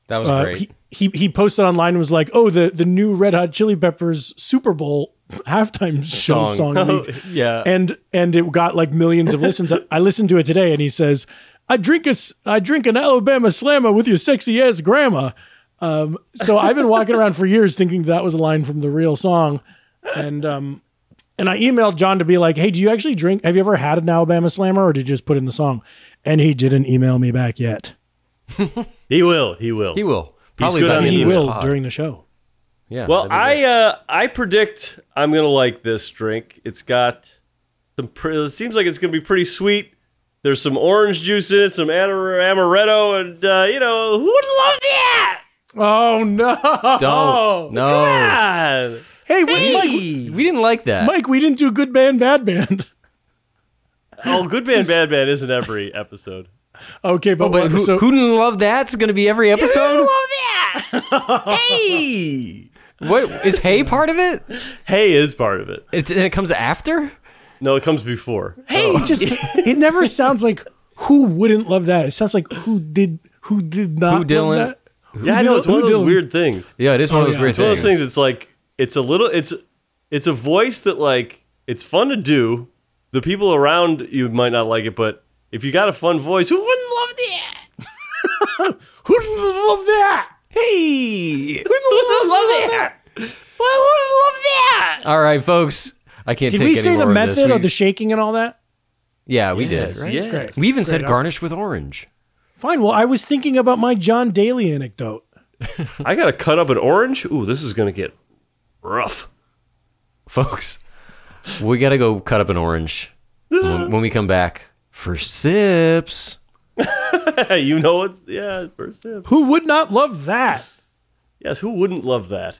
E: that was
D: uh,
E: great.
D: he, he he posted online and was like, oh the the new Red Hot Chili Peppers Super Bowl halftime show song,
E: Song.
D: leaked."
E: yeah,
D: and and it got like millions of listens. I- I listened to it today, and he says, "I drink a s- I drink an Alabama Slammer with your sexy ass grandma." Um, so I've been walking around for years thinking that was a line from the real song, and um, and I emailed John to be like, "Hey, do you actually drink? Have you ever had an Alabama Slammer, or did you just put in the song?" And he didn't email me back yet.
C: He will. He will.
E: he will
C: He's
E: probably
C: good
E: by
C: on
E: the
C: the
E: end
D: He
E: of this
D: will
E: pod.
D: during the show.
E: Yeah.
C: Well,
E: that'd be
C: I uh, I predict I'm gonna like this drink. It's got some. Pre- it seems like it's gonna be pretty sweet. There's some orange juice in it, some amar- amaretto, and uh, you know who would love that?
D: Oh no!
E: great.
D: Oh,
E: don't no.
C: God.
D: Hey, what,
E: We didn't like that.
D: Mike, Mike, we didn't do good band, bad band.
C: Oh, good man, bad man isn't every episode.
D: Okay, but,
E: Oh, But
D: what-
E: who,
D: so-
E: who didn't love that's going to be every episode. hey, what is hey part of it?
C: Hey is part of it.
E: It's, and it comes after.
C: No, it comes before. Oh.
D: It just it never sounds like who wouldn't love that. It sounds like who did who did not
E: Who Dylan?
D: love that. Who
C: yeah, I
D: Dylan-
C: know it's one
D: who
C: of those
D: Dylan-
C: weird things.
E: Oh, Yeah, it is one of those weird
C: It's one of
E: things.
C: those things. It's like it's a little. It's it's a voice that like it's fun to do. The people around you might not like it, but if you got a fun voice, who wouldn't love that?
D: Who didn't love that?
E: Hey,
D: Who didn't love that?
E: all right, folks. I can't
D: Did
E: take
D: we
E: any
D: say the
E: more of this.
D: method
E: We-
D: of the shaking and all that?
E: yeah, we did. Right?
C: Yes.
D: Great.
E: We even said
D: Great.
E: garnish with orange.
D: Fine. Well, I was thinking about my John Daly anecdote.
C: I gotta cut up an orange. Ooh, this is gonna get rough.
E: folks. We gotta go cut up an orange when, when we come back for sips.
C: you know it's yeah. First sip.
D: Who would not love that?
C: Yes, who wouldn't love that?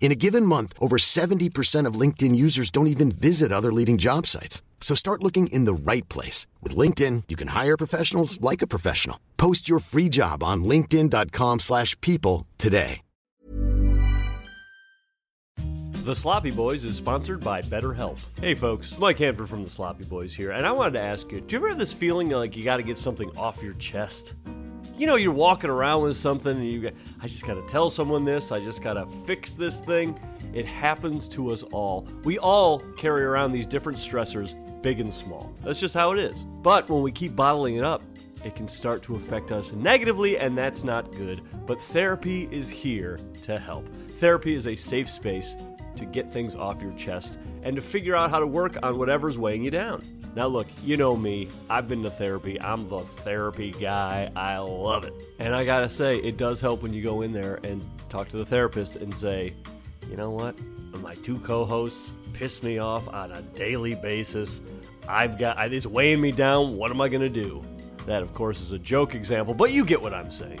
H: In a given month, over 70% of LinkedIn users don't even visit other leading job sites. So start looking in the right place. With LinkedIn, you can hire professionals like a professional. Post your free job on linkedin.com/people slash people today.
C: The Sloppy Boys is sponsored by BetterHelp. Hey folks, Mike Hanford from The Sloppy Boys here, and I wanted to ask you, do you ever have this feeling like you gotta get something off your chest? You know, you're walking around with something and you go, I just gotta tell someone this, I just gotta fix this thing. It happens to us all. We all carry around these different stressors, big and small. That's just how it is. But when we keep bottling it up, it can start to affect us negatively, and that's not good. But therapy is here to help. Therapy is a safe space to get things off your chest and to figure out how to work on whatever's weighing you down. Now, look, you know me. I've been to therapy. I'm the therapy guy. I love it. And I gotta say, it does help when you go in there and talk to the therapist and say, you know what? My two co hosts piss me off on a daily basis. I've got, it's weighing me down. What am I gonna do? That, of course, is a joke example, but you get what I'm saying.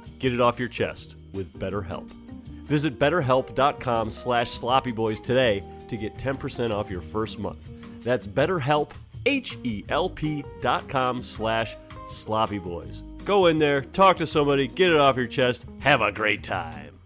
C: get it off your chest with BetterHelp. Visit betterhelp.com slash sloppyboys today to get 10% off your first month. That's betterhelp, H-E-L-P dot com slash sloppyboys. Go in there, talk to somebody, get it off your chest, have a great time.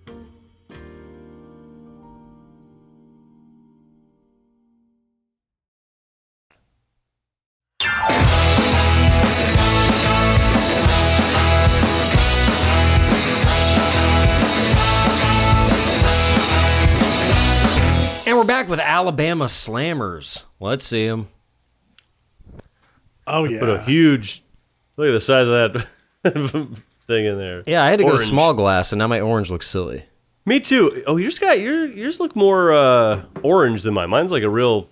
E: And we're back with Alabama Slammers. Let's see them.
D: Oh
C: Put a huge look at the size of that thing in there.
E: Yeah, I had to go
C: Orange.
E: small glass, and now my orange looks silly.
C: Me too. Oh, yours got your yours look more uh, orange than mine. Mine's like a real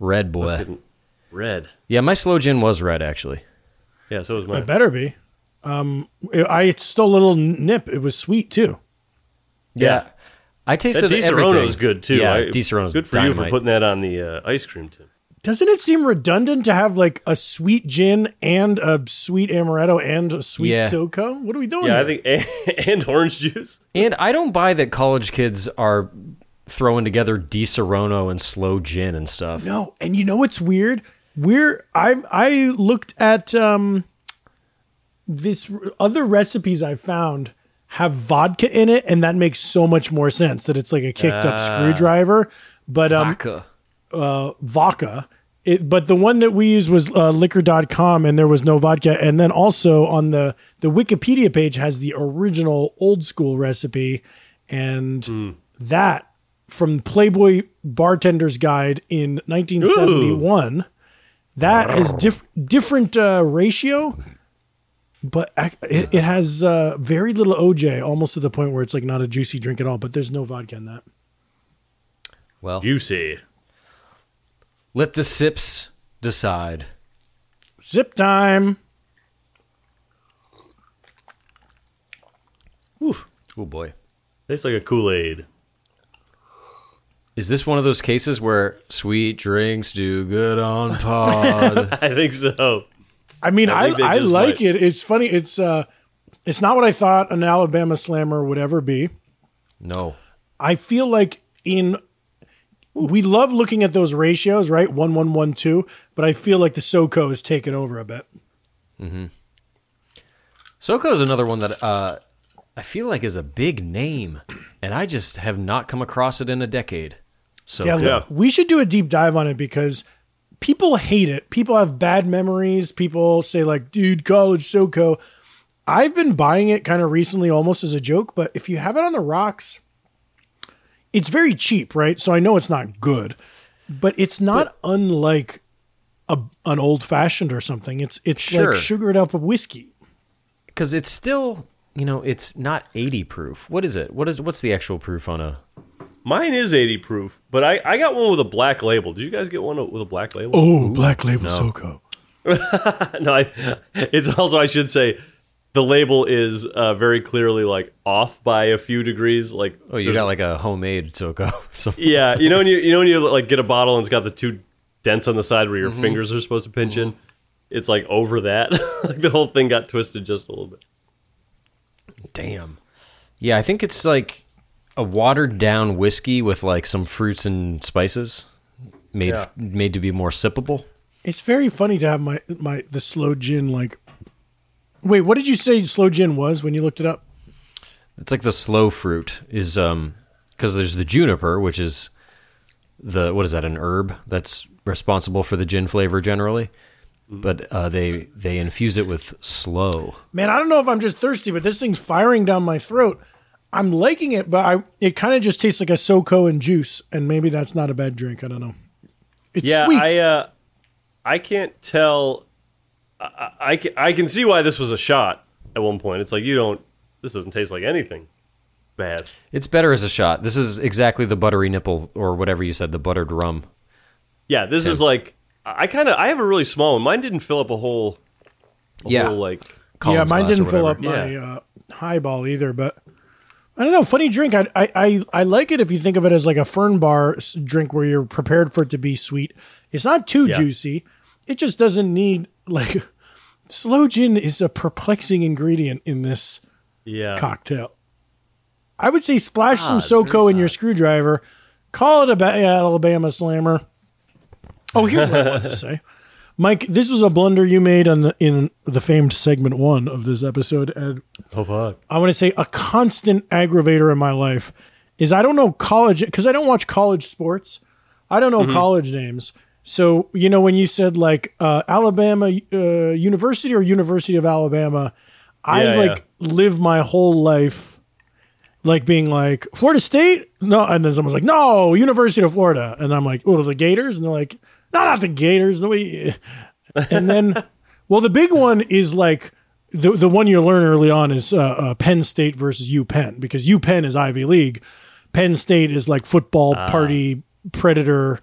E: red boy.
C: fucking Red.
E: Yeah, my slow gin was red actually.
C: Yeah, so was mine.
D: It better be. Um, I stole a little nip. It was sweet too.
E: Yeah. I tasted
C: that Di
E: everything.
C: Serrano's good too.
E: Yeah,
C: I-
E: Di Serrano's
C: good for you for
E: dynamite.
C: putting that on the uh, ice cream tin.
D: Doesn't it seem redundant to have like a sweet gin and a sweet amaretto and a sweet
E: Yeah.
D: SoCo? What are we doing?
C: Yeah, I
D: here?
C: think and, and orange juice.
E: And I don't buy that college kids are throwing together Di Serrano and slow gin and stuff.
D: No, and you know what's weird? We're I I looked at um this other recipes I found have vodka in it, and that makes so much more sense that it's like a kicked
E: Ah.
D: up screwdriver. But um,
E: Vodka.
D: uh, vodka. It, but the one that we used was uh, liquor.com and there was no vodka. And then also on the, the Wikipedia page has the original old school recipe. And
E: Hmm.
D: that from Playboy Bartender's Guide in 1971, that is diff- different uh, ratio. But ac- it, it has uh, very little OJ, almost to the point where it's like not a juicy drink at all. But there's no vodka in that.
E: Well,
C: juicy.
E: Let the sips decide.
D: Zip time.
E: Oh boy.
C: Tastes like a Kool Aid.
E: Is this one of those cases where sweet drinks do good on pod?
C: I think so.
D: I mean,
C: I
D: I,
C: think they
D: I,
C: just
D: like it. It's funny. It's uh, it's not what I thought an Alabama slammer would ever be.
E: no.
D: I feel like in we love looking at those ratios, right? One, one, one, two. But I feel like the SoCo is taken over a bit.
E: Mm-hmm. Soko is another one that uh, I feel like is a big name, and I just have not come across it in a decade. So
D: yeah, look, we should do a deep dive on it because people hate it. People have bad memories. People say like, "Dude, college SoCo." I've been buying it kind of recently, almost as a joke. But if you have it on the rocks, it's very cheap, right? So I know it's not good. but it's not unlike a, an old fashioned or something. It's it's
E: Sure.
D: like sugared up whiskey.
E: because it's still you know it's not 80 proof what is it what is what's the actual proof on a
C: Mine is 80 proof, but I, I got one with a black label. Did you guys get one with a black label?
D: Oh, black label
C: no.
D: SoCo. Oh.
C: no, I, it's also I should say the label is uh, very clearly like off by a few degrees. Like
E: oh you
C: there's-
E: got like a homemade soco something.
C: yeah, you know when you you know when you like get a bottle and it's got the two dents on the side where your
E: Mhm.
C: fingers are supposed to pinch in. It's like over that. like the whole thing got twisted just a little bit.
E: damn yeah i think it's like a watered down whiskey with like some fruits and spices made
D: Yeah.
E: made to be more sippable
D: It's very funny to have my my the slow gin like. Wait, what did you say slow gin was when you looked it up?
E: It's like the slow fruit is um because there's the juniper, which is the what is that an herb that's responsible for the gin flavor generally, but uh, they they infuse it with slow.
D: Man, I don't know if I'm just thirsty, but this thing's firing down my throat. I'm liking it, but I it kind of just tastes like a SoCo and juice, and maybe that's not a bad drink. I don't know. It's
C: yeah,
D: sweet.
C: I uh, I can't tell. I, I- I, ca- I can see why this was a shot at one point. It's like you don't. This doesn't taste like anything bad.
E: It's better as a shot. This is exactly the buttery nipple or whatever you said, the buttered rum.
C: Yeah, this is like I kind of I have a really small one. Mine didn't fill up a whole. A
E: Yeah.
C: whole, like
D: yeah,
E: Collins
D: mine
E: glass or
D: didn't fill up
E: whatever.
D: my uh, highball either, but I don't know. Funny drink. I, I I I like it if you think of it as like a fern bar s- drink where you're prepared for it to be sweet. It's not too
I: Yeah.
D: juicy. It just doesn't need like slow gin is a perplexing ingredient in this
C: Yeah.
D: cocktail. I would say splash
I: Ah,
D: some SoCo in your screwdriver. Call it a ba- Alabama Slammer. Oh, here's what I wanted to say, Mike. This was a blunder you made on the in the famed segment one of this episode, and
C: Oh fuck.
D: I want to say a constant aggravator in my life is I don't know college because I don't watch college sports. I don't know
I: Mhm.
D: college names. So you know when you said like uh, Alabama uh, University or University of Alabama, I
I: Yeah,
D: like live my whole life like being like Florida State. No, and then someone's like, no, University of Florida, and I'm like, oh, the Gators, and they're like, no, not the Gators. The way, and then, well, the big one is like the the one you learn early on is uh, uh, Penn State versus UPenn because UPenn is Ivy League, Penn State is like football
I: Ah.
D: party predator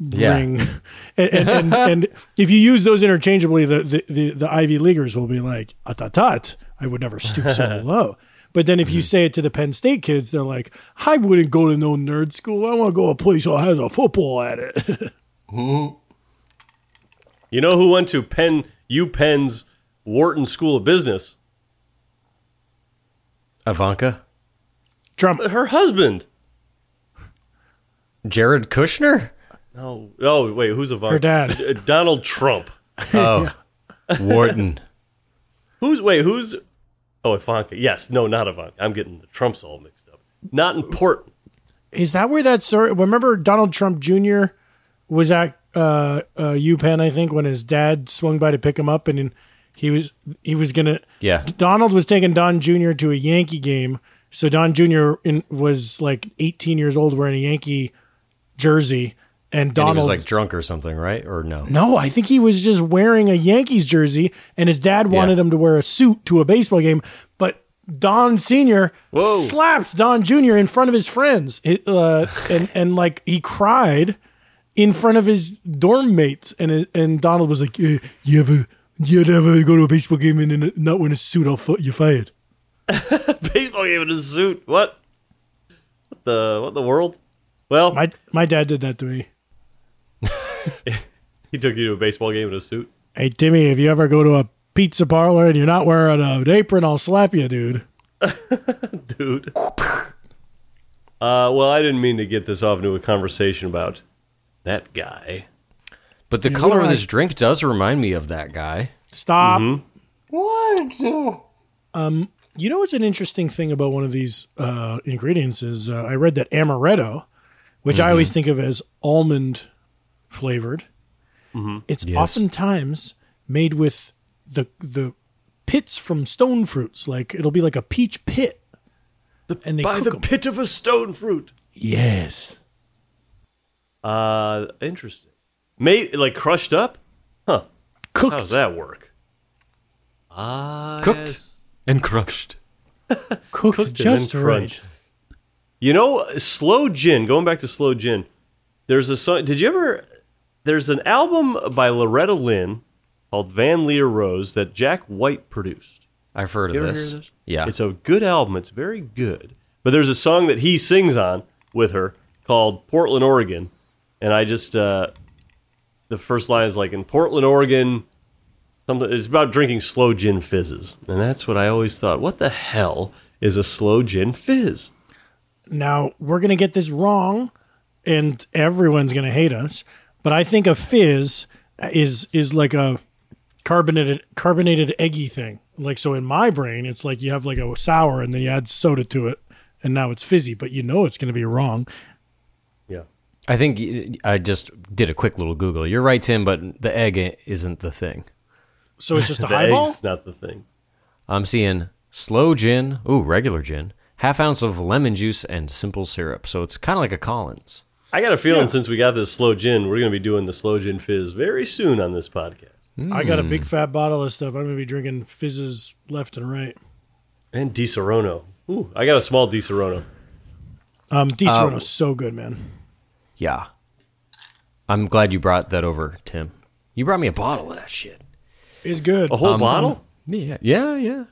I: Yeah.
D: ring, and, and, and and if you use those interchangeably, the the, the, the Ivy Leaguers will be like, "Atatat, I would never stoop so low." But then if
I: Mm-hmm.
D: you say it to the Penn State kids, they're like, "I wouldn't go to no nerd school. I want to go to a place that has a football at it."
C: You know who went to Penn U Penn's Wharton School of Business?
E: Ivanka,
D: Trump,
C: her husband.
E: Jared Kushner.
C: No, oh wait, who's Ivanka?
E: Her dad.
C: D- Donald Trump.
E: Oh, Wharton.
C: Who's wait? Who's? Oh, Ivanka. Yes, no, not Ivanka. I'm getting the Trumps all mixed up. Not important.
D: Is that where that story? Remember Donald Trump Jr. was at uh, uh, UPenn, I think, when his dad swung by to pick him up, and then he was he was gonna.
E: Yeah.
D: Donald was taking Don Jr. to a Yankee game, so Don Jr. In, was like 18 years old wearing a Yankee jersey, and
E: And he
D: Donald
E: was like drunk or something, right? Or no?
D: no, I think he was just wearing a Yankees jersey, and his dad wanted him to wear a suit to a baseball game. But Don Senior
I: Whoa.
D: slapped Don Junior in front of his friends, It, uh, and and like he cried in front of his dorm mates, and and Donald was like, "Yeah, "You ever, you ever go to a baseball game and then not win a suit? I'll fu- you're fired."
C: Baseball game in a suit. What? What the what the world? Well,
D: my my dad did that to me.
C: He took you to a baseball game in a suit.
D: Hey Timmy, if you ever go to a pizza parlor and you're not wearing an apron, I'll slap you, dude.
C: dude. Uh, well, I didn't mean to get this off into a conversation about that guy.
E: But the
C: Yeah,
E: color
C: what
E: of
C: do I-
E: this drink does remind me of that guy.
D: Stop.
E: Mhm.
C: Mm-hmm.
D: What? Um, you know what's an interesting thing about one of these uh, ingredients is uh, I read that amaretto, which
C: Mm-hmm.
D: I always
I: Mhm.
D: think of as almond flavored.
I: Mm-hmm.
D: It's oftentimes made with the the pits from stone fruits. Like it'll be like a peach pit. and they
C: By
D: cook
C: the
D: 'em.
C: pit of a stone fruit.
D: Yes.
C: Uh, interesting. Made like crushed up? Huh. Cooked. How does that work? Ah,
E: Cooked
C: yes.
E: and crushed.
D: Cooked,
C: Cooked and then
D: just right.
C: crunched. You know, slow gin. Going back to slow gin, there's a song. Did you ever? There's an album by Loretta Lynn called Van Leer Rose that Jack White produced.
E: I've heard
C: You
E: of
C: ever
E: this.
C: hear this?
E: Yeah.
C: It's a good album. It's very good. But there's a song that he sings on with her called Portland, Oregon. And I just, uh, the first line is like, in Portland, Oregon, something, it's about drinking slow gin fizzes. And that's what I always thought. What the hell is a slow gin fizz?
D: Now, we're going to get this wrong and everyone's going to hate us, but I think a fizz is is like a carbonated carbonated eggy thing. Like so in my brain, it's like you have like a sour and then you add soda to it and now it's fizzy, but you know it's going to be wrong.
C: Yeah.
E: I think y- I just did a quick little Google. You're right, Tim, but the egg i- isn't the thing.
D: So it's just a
C: The
D: highball?
C: egg's not the thing.
E: I'm seeing slow gin, ooh, regular gin, half ounce of lemon juice, and simple syrup. So it's kind of like a Collins.
C: I got a feeling since we got this slow gin, we're going to be doing the slow gin fizz very soon on this podcast.
D: I got a big fat bottle of stuff. I'm going to be drinking fizzes left and right.
C: And Di Serono. Ooh, I got a small Di Serono.
D: Um Di
E: Uh,
D: Serrano's so good, man.
E: Yeah. I'm glad you brought that over, Tim. You brought me a bottle of that shit.
D: It's good.
E: A whole Um, bottle? Yeah, yeah, yeah.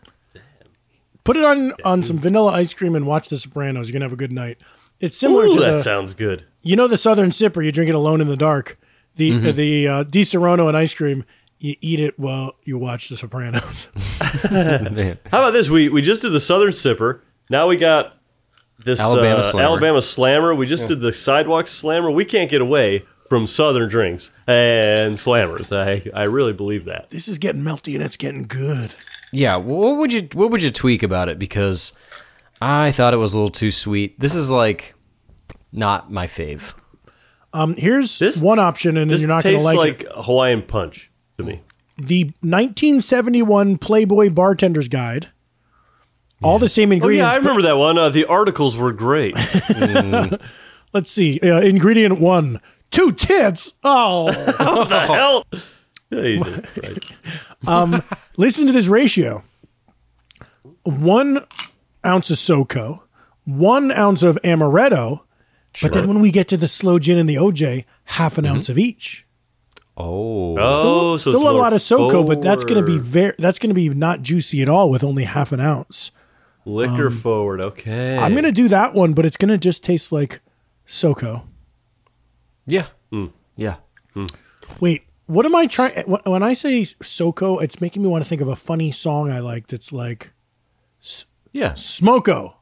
D: Put it on on some vanilla ice cream and watch The Sopranos. You're gonna have a good night. It's similar
C: Ooh,
D: to
C: that
D: the,
C: sounds good.
D: You know the Southern Sipper. You drink it alone in the dark. The uh,
C: Mhm.
D: the uh, Di Serrano and ice cream. You eat it while you watch The Sopranos.
C: How about this? We we just did the Southern Sipper. Now we got this
E: Alabama
C: uh,
E: Slammer.
C: Alabama Slammer. We just
E: Yeah.
C: did the Sidewalk Slammer. We can't get away from Southern drinks and slammers. I I really believe that.
D: this is getting melty and it's getting good.
E: Yeah, well, what would you what would you tweak about it? Because I thought it was a little too sweet. This is like not my fave.
D: Um, here's one option, and
C: This
D: you're not gonna
C: tastes
D: like,
C: like
D: it.
C: Hawaiian punch to me.
D: The 1971 Playboy Bartender's Guide. All the same
C: Oh yeah,
D: ingredients.
C: I
D: but-
C: remember that one. Uh, the articles were great.
D: Let's see. Uh, ingredient one: two tits. Oh.
C: what the hell? Jesus Christ.
D: Um, listen to this ratio: one ounce of SoCo, one ounce of amaretto, but then when we get to the slow gin and the OJ, half an ounce of each.
E: Oh,
C: oh, Mm-hmm. so
D: Still
C: it's
D: a
C: more
D: lot of SoCo, but that's going to be
C: forward.
D: very that's going to be not juicy at all with only half an ounce. Um,
C: liquor forward. Okay,
D: I'm going to do that one, but it's going to just taste like SoCo.
E: Yeah.
C: Hmm.
E: Yeah.
D: Wait, what am I trying? When I say SoCo, it's making me want to think of a funny song I like. That's like, s-
E: yeah,
D: Smoko.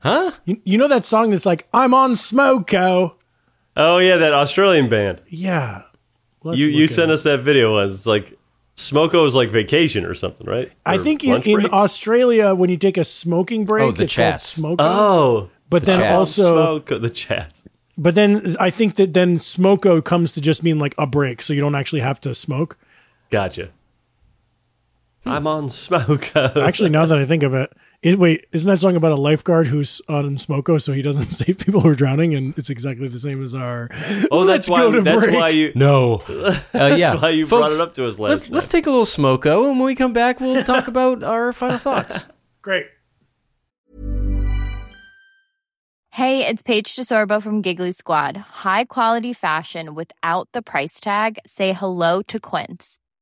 E: Huh?
D: You, you know that song that's like, I'm on Smoko.
C: Oh yeah, that Australian band.
D: Yeah. Let's
C: you you
D: look
C: sent us that video once. It's like Smoko is like vacation or something, right?
D: I
C: Or
D: think in,
C: lunch
D: in
C: break?
D: Australia, when you take a smoking break,
E: the
D: it's called
E: chats.
D: Smoko.
C: Oh,
D: But
C: the
D: then
C: chat.
D: also,
C: Smoko, the chat.
D: but then I think that then Smoko comes to just mean like a break, so you don't actually have to smoke.
C: Gotcha. I'm on Smoko.
D: Actually, now that I think of it, it- wait, isn't that song about a lifeguard who's on Smoko so he doesn't save people who are drowning? And it's exactly the same as our.
C: oh, that's
D: let's
C: why.
D: go to
C: That's
D: break.
C: why you.
E: No. Uh,
C: that's
E: yeah.
C: why you
E: Folks,
C: brought it up to us last.
E: Let's
C: night.
E: let's take a little smoko, and when we come back, we'll talk about our final thoughts.
D: Great.
I: Hey, it's Paige DeSorbo from Giggly Squad. High quality fashion without the price tag. Say hello to Quince.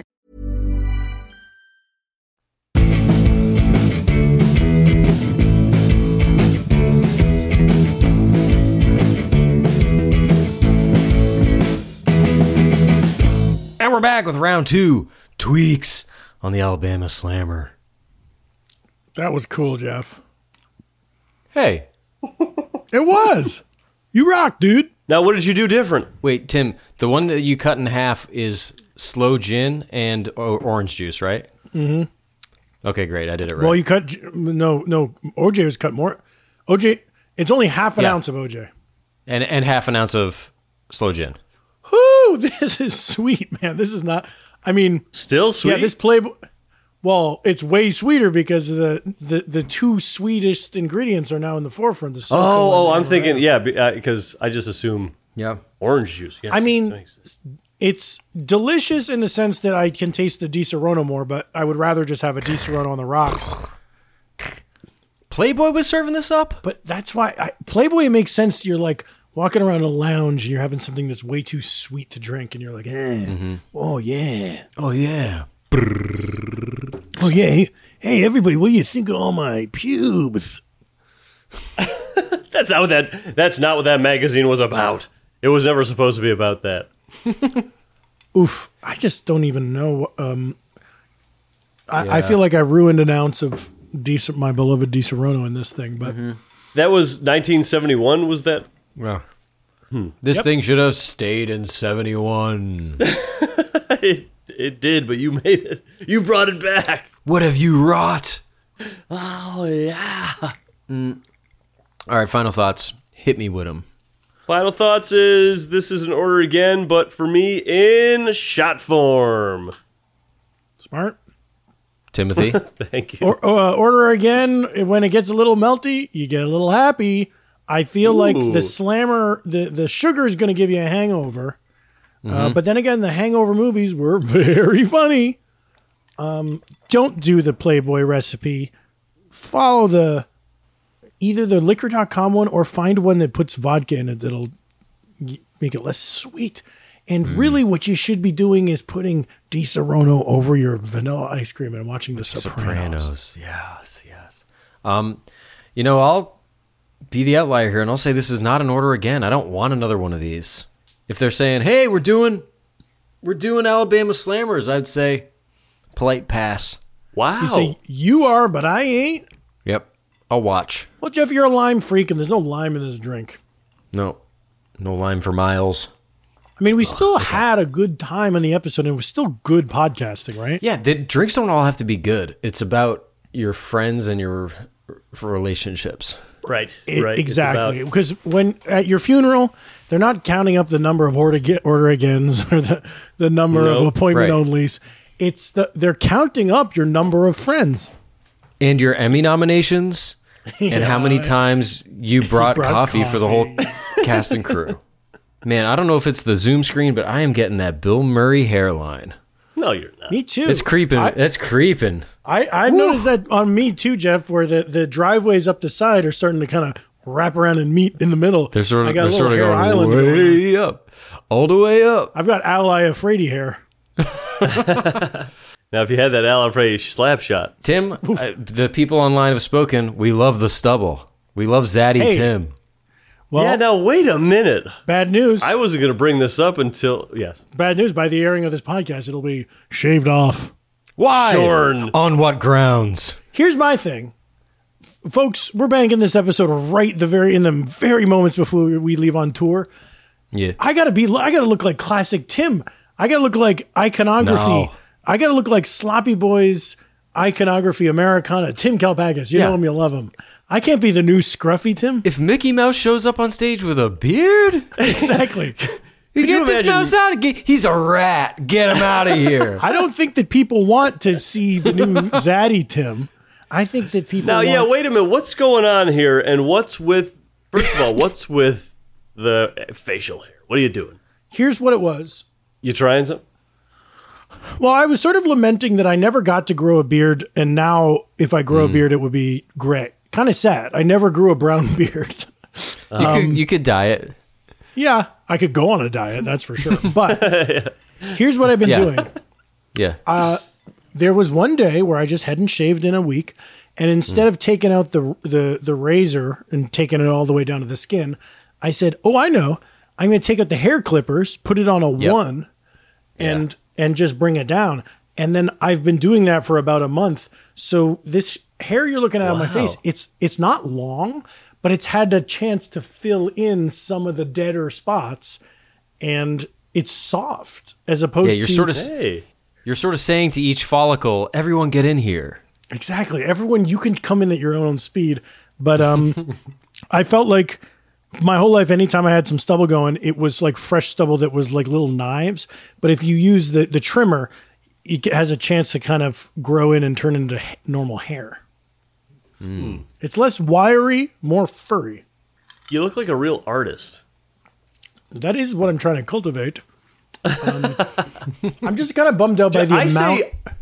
E: And we're back with round two tweaks on the Alabama Slammer.
D: That was cool, Jeff.
E: Hey.
D: it was. You rock, dude.
E: Now, what did you do different? Wait, Tim, the one that you cut in half is slow gin and o- orange juice, right?
D: Mm-hmm.
E: Okay, great. I did it right.
D: Well, you cut j- no, no. OJ was cut more. OJ, it's only half an
E: Yeah.
D: ounce of OJ.
E: and, and half an ounce of slow gin.
D: Whoo! This is sweet, man. This is not. I mean,
C: still
D: Yeah,
C: sweet?
D: this Playboy. Well, it's way sweeter because the the the two sweetest ingredients are now in the forefront. The
C: Oh,
D: silicone
C: oh,
D: and
C: I'm
D: the-
C: thinking, yeah, because I just assume,
E: yeah,
C: orange juice. Yes,
D: I mean, it's delicious in the sense that I can taste the Di Serono more, but I would rather just have a Di Serono on the rocks.
E: Playboy was serving this up,
D: but that's why I, Playboy makes sense. You're like walking around a lounge and you're having something that's way too sweet to drink, and you're like, eh, oh yeah,
E: oh yeah,
D: oh yeah. Hey, hey, everybody, what do you think of all my pubes?
C: that's not what that. That's not what that magazine was about. It was never supposed to be about that.
D: Oof, I just don't even know. Um, I, I
C: Yeah.
D: feel like I ruined an ounce of Di, Ser- my beloved Di Serono in this thing, but
C: That was 1971. Was that?
E: Yeah. This
C: Yep.
E: thing should have stayed in 71.
C: it, it did, but you made it. You brought it back.
E: what have you wrought?
C: Oh yeah.
E: Mm. All right, final thoughts. Hit me with them.
C: Final thoughts is this is an order again, but for me in shot form.
D: smart.
E: Timothy?
C: Thank you.
D: Or, uh, order again when it gets a little melty. You get a little happy. I feel like
E: Ooh.
D: the slammer, the the sugar is going to give you a hangover. Uh,
E: Mhm.
D: but then again, the hangover movies were very funny. Um, don't do the Playboy recipe. Follow the either the liquor.com one or find one that puts vodka in it that'll y- make it less sweet. And really, what you should be doing is putting Di Serono over your vanilla ice cream and watching The Sopranos.
E: Sopranos. Yes, yes. Um, you know, I'll be the outlier here and I'll say this is not an order again. I don't want another one of these. If they're saying, "Hey, we're doing we're doing Alabama Slammers," I'd say polite pass.
C: Wow.
D: You
E: Oh.
D: say you are, but I ain't.
E: Yep. I'll watch.
D: Well, Jeff, you're a lime freak, and there's no lime in this drink.
E: No. No lime for miles.
D: I mean, we still had a good time on the episode, and it was still good podcasting, right?
E: Yeah, the drinks don't all have to be good. It's about your friends and your r- relationships.
C: Right.
D: It-
E: right.
D: e- exactly. Because when at your funeral, they're not counting up the number of order ge- order agains or the the number of
E: Nope.
D: appointment
E: Right.
D: onlys. It's the they're counting up your number of friends.
E: and your Emmy nominations and how many times you brought,
D: brought
E: coffee, for the whole cast and crew. Man, I don't know if it's the Zoom screen, but I am getting that Bill Murray hairline.
C: No, you're not.
D: Me too.
E: It's creeping.
D: I-
E: That's creeping.
D: I, I noticed that on me too, Jeff, where the, the driveways up the side are starting to kind of wrap around and meet in the middle.
E: They're sort
D: I
E: of,
D: got a
E: they're
D: little
E: sort of
D: Hair
E: going
D: Island going.
E: way up, all the way up.
D: I've got ally Afraidy hair.
C: Now, if you had that Alafre slap shot,
E: Tim, uh, the people online have spoken. We love the stubble. We love Zaddy
C: Hey.
E: Tim.
D: Well-
C: yeah. Now wait a minute.
D: Bad news.
C: I wasn't going to bring this up until yes.
D: Bad news. By the airing of this podcast, it'll be shaved off.
E: Why?
C: Shorn.
E: On what grounds?
D: Here's my thing, folks. We're banking this episode right the very in the very moments before we leave on tour.
E: Yeah.
D: I gotta be. I gotta look like classic Tim. I gotta look like iconography.
E: No.
D: I gotta look like Sloppy Boys iconography Americana. Tim Kalpakis. You
E: Yeah.
D: know him. You love him. I can't be the new scruffy Tim.
E: If Mickey Mouse shows up on stage with a beard,
D: exactly.
E: You
D: Could
E: get
D: you
E: this
D: imagine-
E: mouse out. Get, he's a rat. Get him out of here.
D: I don't think that people want to see the new Zaddy Tim. I think that people.
C: Now,
D: want-
C: yeah. Wait a minute. What's going on here? And what's with? First of all, what's with the facial hair? What are you doing?
D: Here's what it was.
C: You trying something?
D: Well, I was sort of lamenting that I never got to grow a beard, and now if I grow a beard, it would be gray. Kind of sad. I never grew a brown beard.
E: you,
D: Um,
E: could, you could dye it.
D: Yeah, I could go on a diet, that's for sure. But here's what I've been
E: Yeah.
D: doing.
E: Yeah.
D: Uh, there was one day where I just hadn't shaved in a week, and instead of taking out the, the the razor and taking it all the way down to the skin, I said, "Oh, I know. I'm going to take out the hair clippers, put it on a
E: Yep.
D: one, and and just bring it down." And then I've been doing that for about a month. So this hair you're looking at on my
E: Wow.
D: face, it's it's not long, but it's had a chance to fill in some of the deader spots, and it's soft as opposed
E: Yeah, you're
D: to
E: sort of you're sort of saying to each follicle, everyone get in here.
D: Exactly. Everyone, you can come in at your own speed. But um, I felt like my whole life, anytime I had some stubble going, it was like fresh stubble that was like little knives. But if you use the, the trimmer, it has a chance to kind of grow in and turn into h- normal hair.
C: Hmm.
D: It's less wiry, more furry.
C: You look like a real artist.
D: That is what I'm trying to cultivate. Um, I'm just kind of bummed out by the
C: I say-
D: amount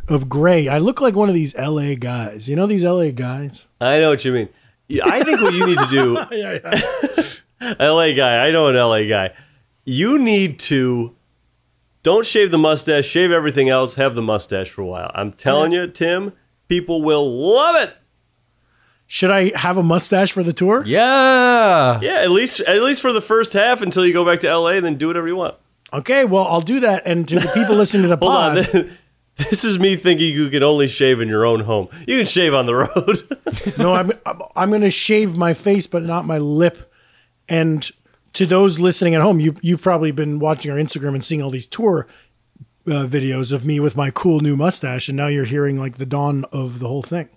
D: of gray. I look like one of these LA guys. You know these LA guys?
C: I know what you mean. Yeah, I think what you need to do LA guy. I know an LA guy. You need to don't shave the mustache, shave everything else, have the mustache for a while. I'm telling you, Tim, people will love it.
D: Should I have a mustache for the tour?
E: Yeah.
C: Yeah, at least at least for the first half until you go back to LA and then do whatever you want.
D: Okay, well, I'll do that. And to the people listening to the
C: Hold
D: pod,
C: on. This is me thinking you can only shave in your own home. You can shave on the road.
D: no, I'm I'm, I'm going to shave my face, but not my lip. And to those listening at home, you you've probably been watching our Instagram and seeing all these tour uh, videos of me with my cool new mustache, and now you're hearing like the dawn of the whole thing.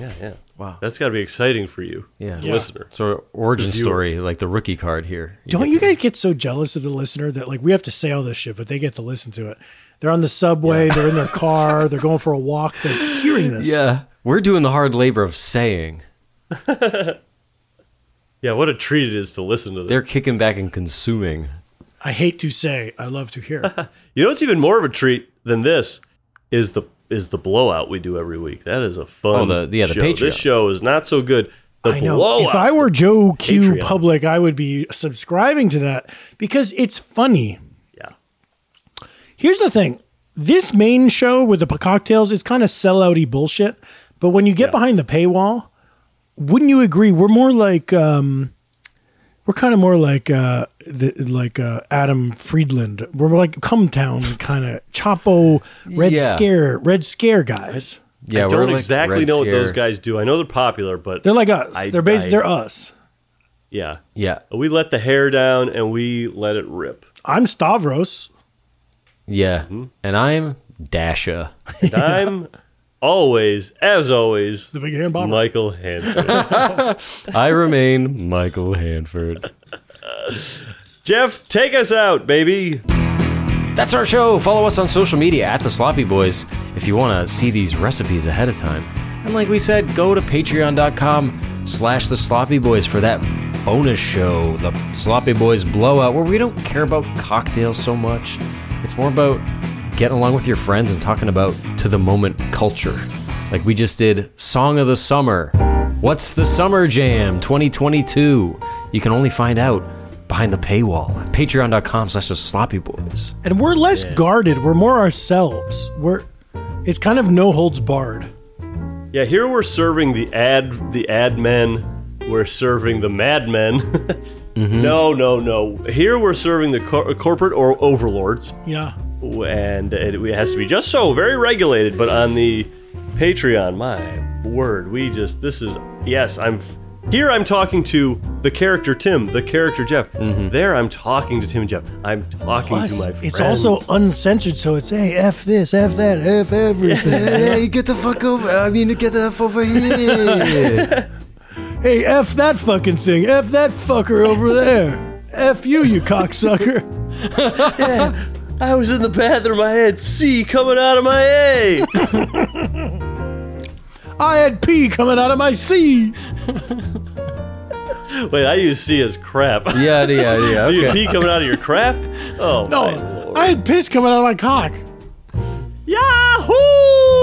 C: yeah, yeah. Wow. That's got to be exciting for you.
E: Yeah.
C: the Listener.
E: Sort of origin
C: Reviewer.
E: story, like the rookie card here.
D: Don't you guys get so jealous of the listener that like we have to say all this shit, but they get to listen to it. They're on the subway, they're in their car, they're going for a walk, they're hearing this.
E: Yeah. We're doing the hard labor of saying.
C: Yeah, what a treat it is to listen to this.
E: They're kicking back and consuming.
D: I hate to say, I love to hear.
C: You know what's even more of a treat than this is the is the blowout we do every week. That is a fun.
E: Oh, the- yeah, the
C: show.
E: Patreon.
C: This show is not so good. The
D: I know.
C: blowout.
D: If I were Joe Q
C: Patreon.
D: Public, I would be subscribing to that because it's funny.
C: Yeah.
D: Here's the thing: this main show with the p- cocktails is kind of sellouty bullshit. But when you get behind the paywall, wouldn't you agree? We're more like um, we're kind of more like uh, the, like uh, Adam Friedland. We're more like Cumtown kind of Chapo Red
C: Yeah.
D: Scare Red Scare guys.
E: Yeah,
C: I
E: we're
C: don't
E: like
C: exactly
E: Red
C: know what those
E: Scare.
C: guys do. I know they're popular, but
D: They're like us.
C: I-
D: they're bas-
C: I-
D: they're us.
C: Yeah,
E: Yeah.
C: We let the hair down and we let it rip.
D: I'm Stavros.
E: Yeah.
C: Mm-hmm.
E: And I'm Dasha.
C: And I'm always, as always, the
D: big hand
E: bomber.
C: Michael Hanford.
E: I remain Michael Hanford.
C: Jeff, take us out, baby.
E: That's our show. Follow us on social media at The Sloppy Boys if you want to see these recipes ahead of time. And like we said, go to patreon.com slash The Sloppy Boys for that bonus show, The Sloppy Boys Blowout, where we don't care about cocktails so much. It's more about getting along with your friends and talking about to the moment culture. Like we just did Song of the Summer. What's the Summer Jam 2022? You can only find out behind the paywall at patreon.com slash The Sloppy Boys.
D: and we're less guarded. We're more ourselves. We're It's kind of no holds barred.
C: Yeah, here we're serving the ad the ad men. We're serving the madmen.
D: Mm-hmm.
C: No, no, no. Here we're serving the cor- corporate or overlords,
D: Yeah.
C: and it, it has to be just so very regulated. But on the Patreon, my word, we just this is yes. I'm f- here. I'm talking to the character Tim, the character Jeff. There, I'm talking to Tim and Jeff. I'm talking
D: Plus,
C: to my. Friends.
D: Mm-hmm. it's also uncensored, so it's hey, f this, f that, f everything.
H: Hey, get the fuck over. I mean, get the f over here.
D: hey, f that fucking thing, f that fucker over there, f you, you cocksucker.
C: yeah, I was in the bathroom. I had C coming out of my A.
D: I had P coming out of my C.
C: Wait, I use C as crap.
E: Yeah, yeah, yeah,
C: so you had
E: okay.
C: pee coming out of your crap? Oh my.
D: No, I had piss coming out of my cock.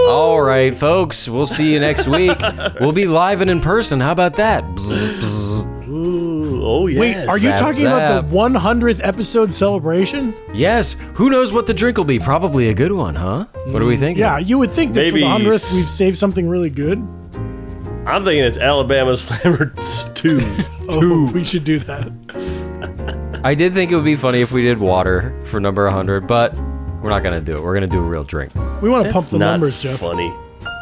E: All right, folks. We'll see you next week. we'll be live and in person. How about that? Bzz, bzz.
C: oh yeah.
D: Wait, are you talking about the 100th episode celebration?
E: Yes. Who knows what the drink will be? Probably a good one, huh? What do we think?
D: Yeah, you would think that
C: Maybe
D: for the 100th
C: s-
D: we've saved something really good.
C: I'm thinking it's Alabama Slammer two.
D: Oh, we should do that.
E: I did think it would be funny if we did water for number 100, but we're not going to do it. We're going to do a real drink.
D: We want to pump the
E: not
D: numbers, Jeff.
C: Funny.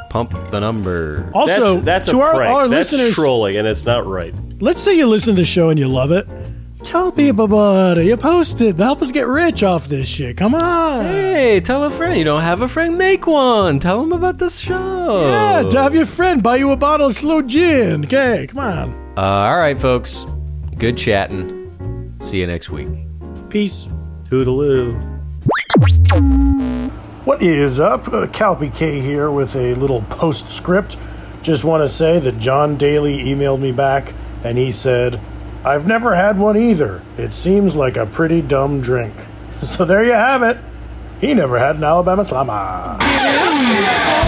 E: Pump the number.
D: Also,
C: that's, that's
D: to
C: a
D: our-
C: prank.
D: our
C: that's
D: listeners-
C: trolling, and it's not right.
D: Let's say you listen to the show and you love it. Tell people about it. You post it. Help us get rich off this shit. Come on.
E: Hey, tell a friend. You don't have a friend? Make one. Tell them about the show.
D: Yeah, to have your friend buy you a bottle of slow gin. Okay, come on.
E: Uh, all right, folks. Good chatting. See you next week.
D: Peace.
C: Toodaloo.
D: What is up? Uh, Cal PK here with a little postscript. Just want to say that John Daly emailed me back and he said, I've never had one either. It seems like a pretty dumb drink. So there you have it. He never had an Alabama Slammer.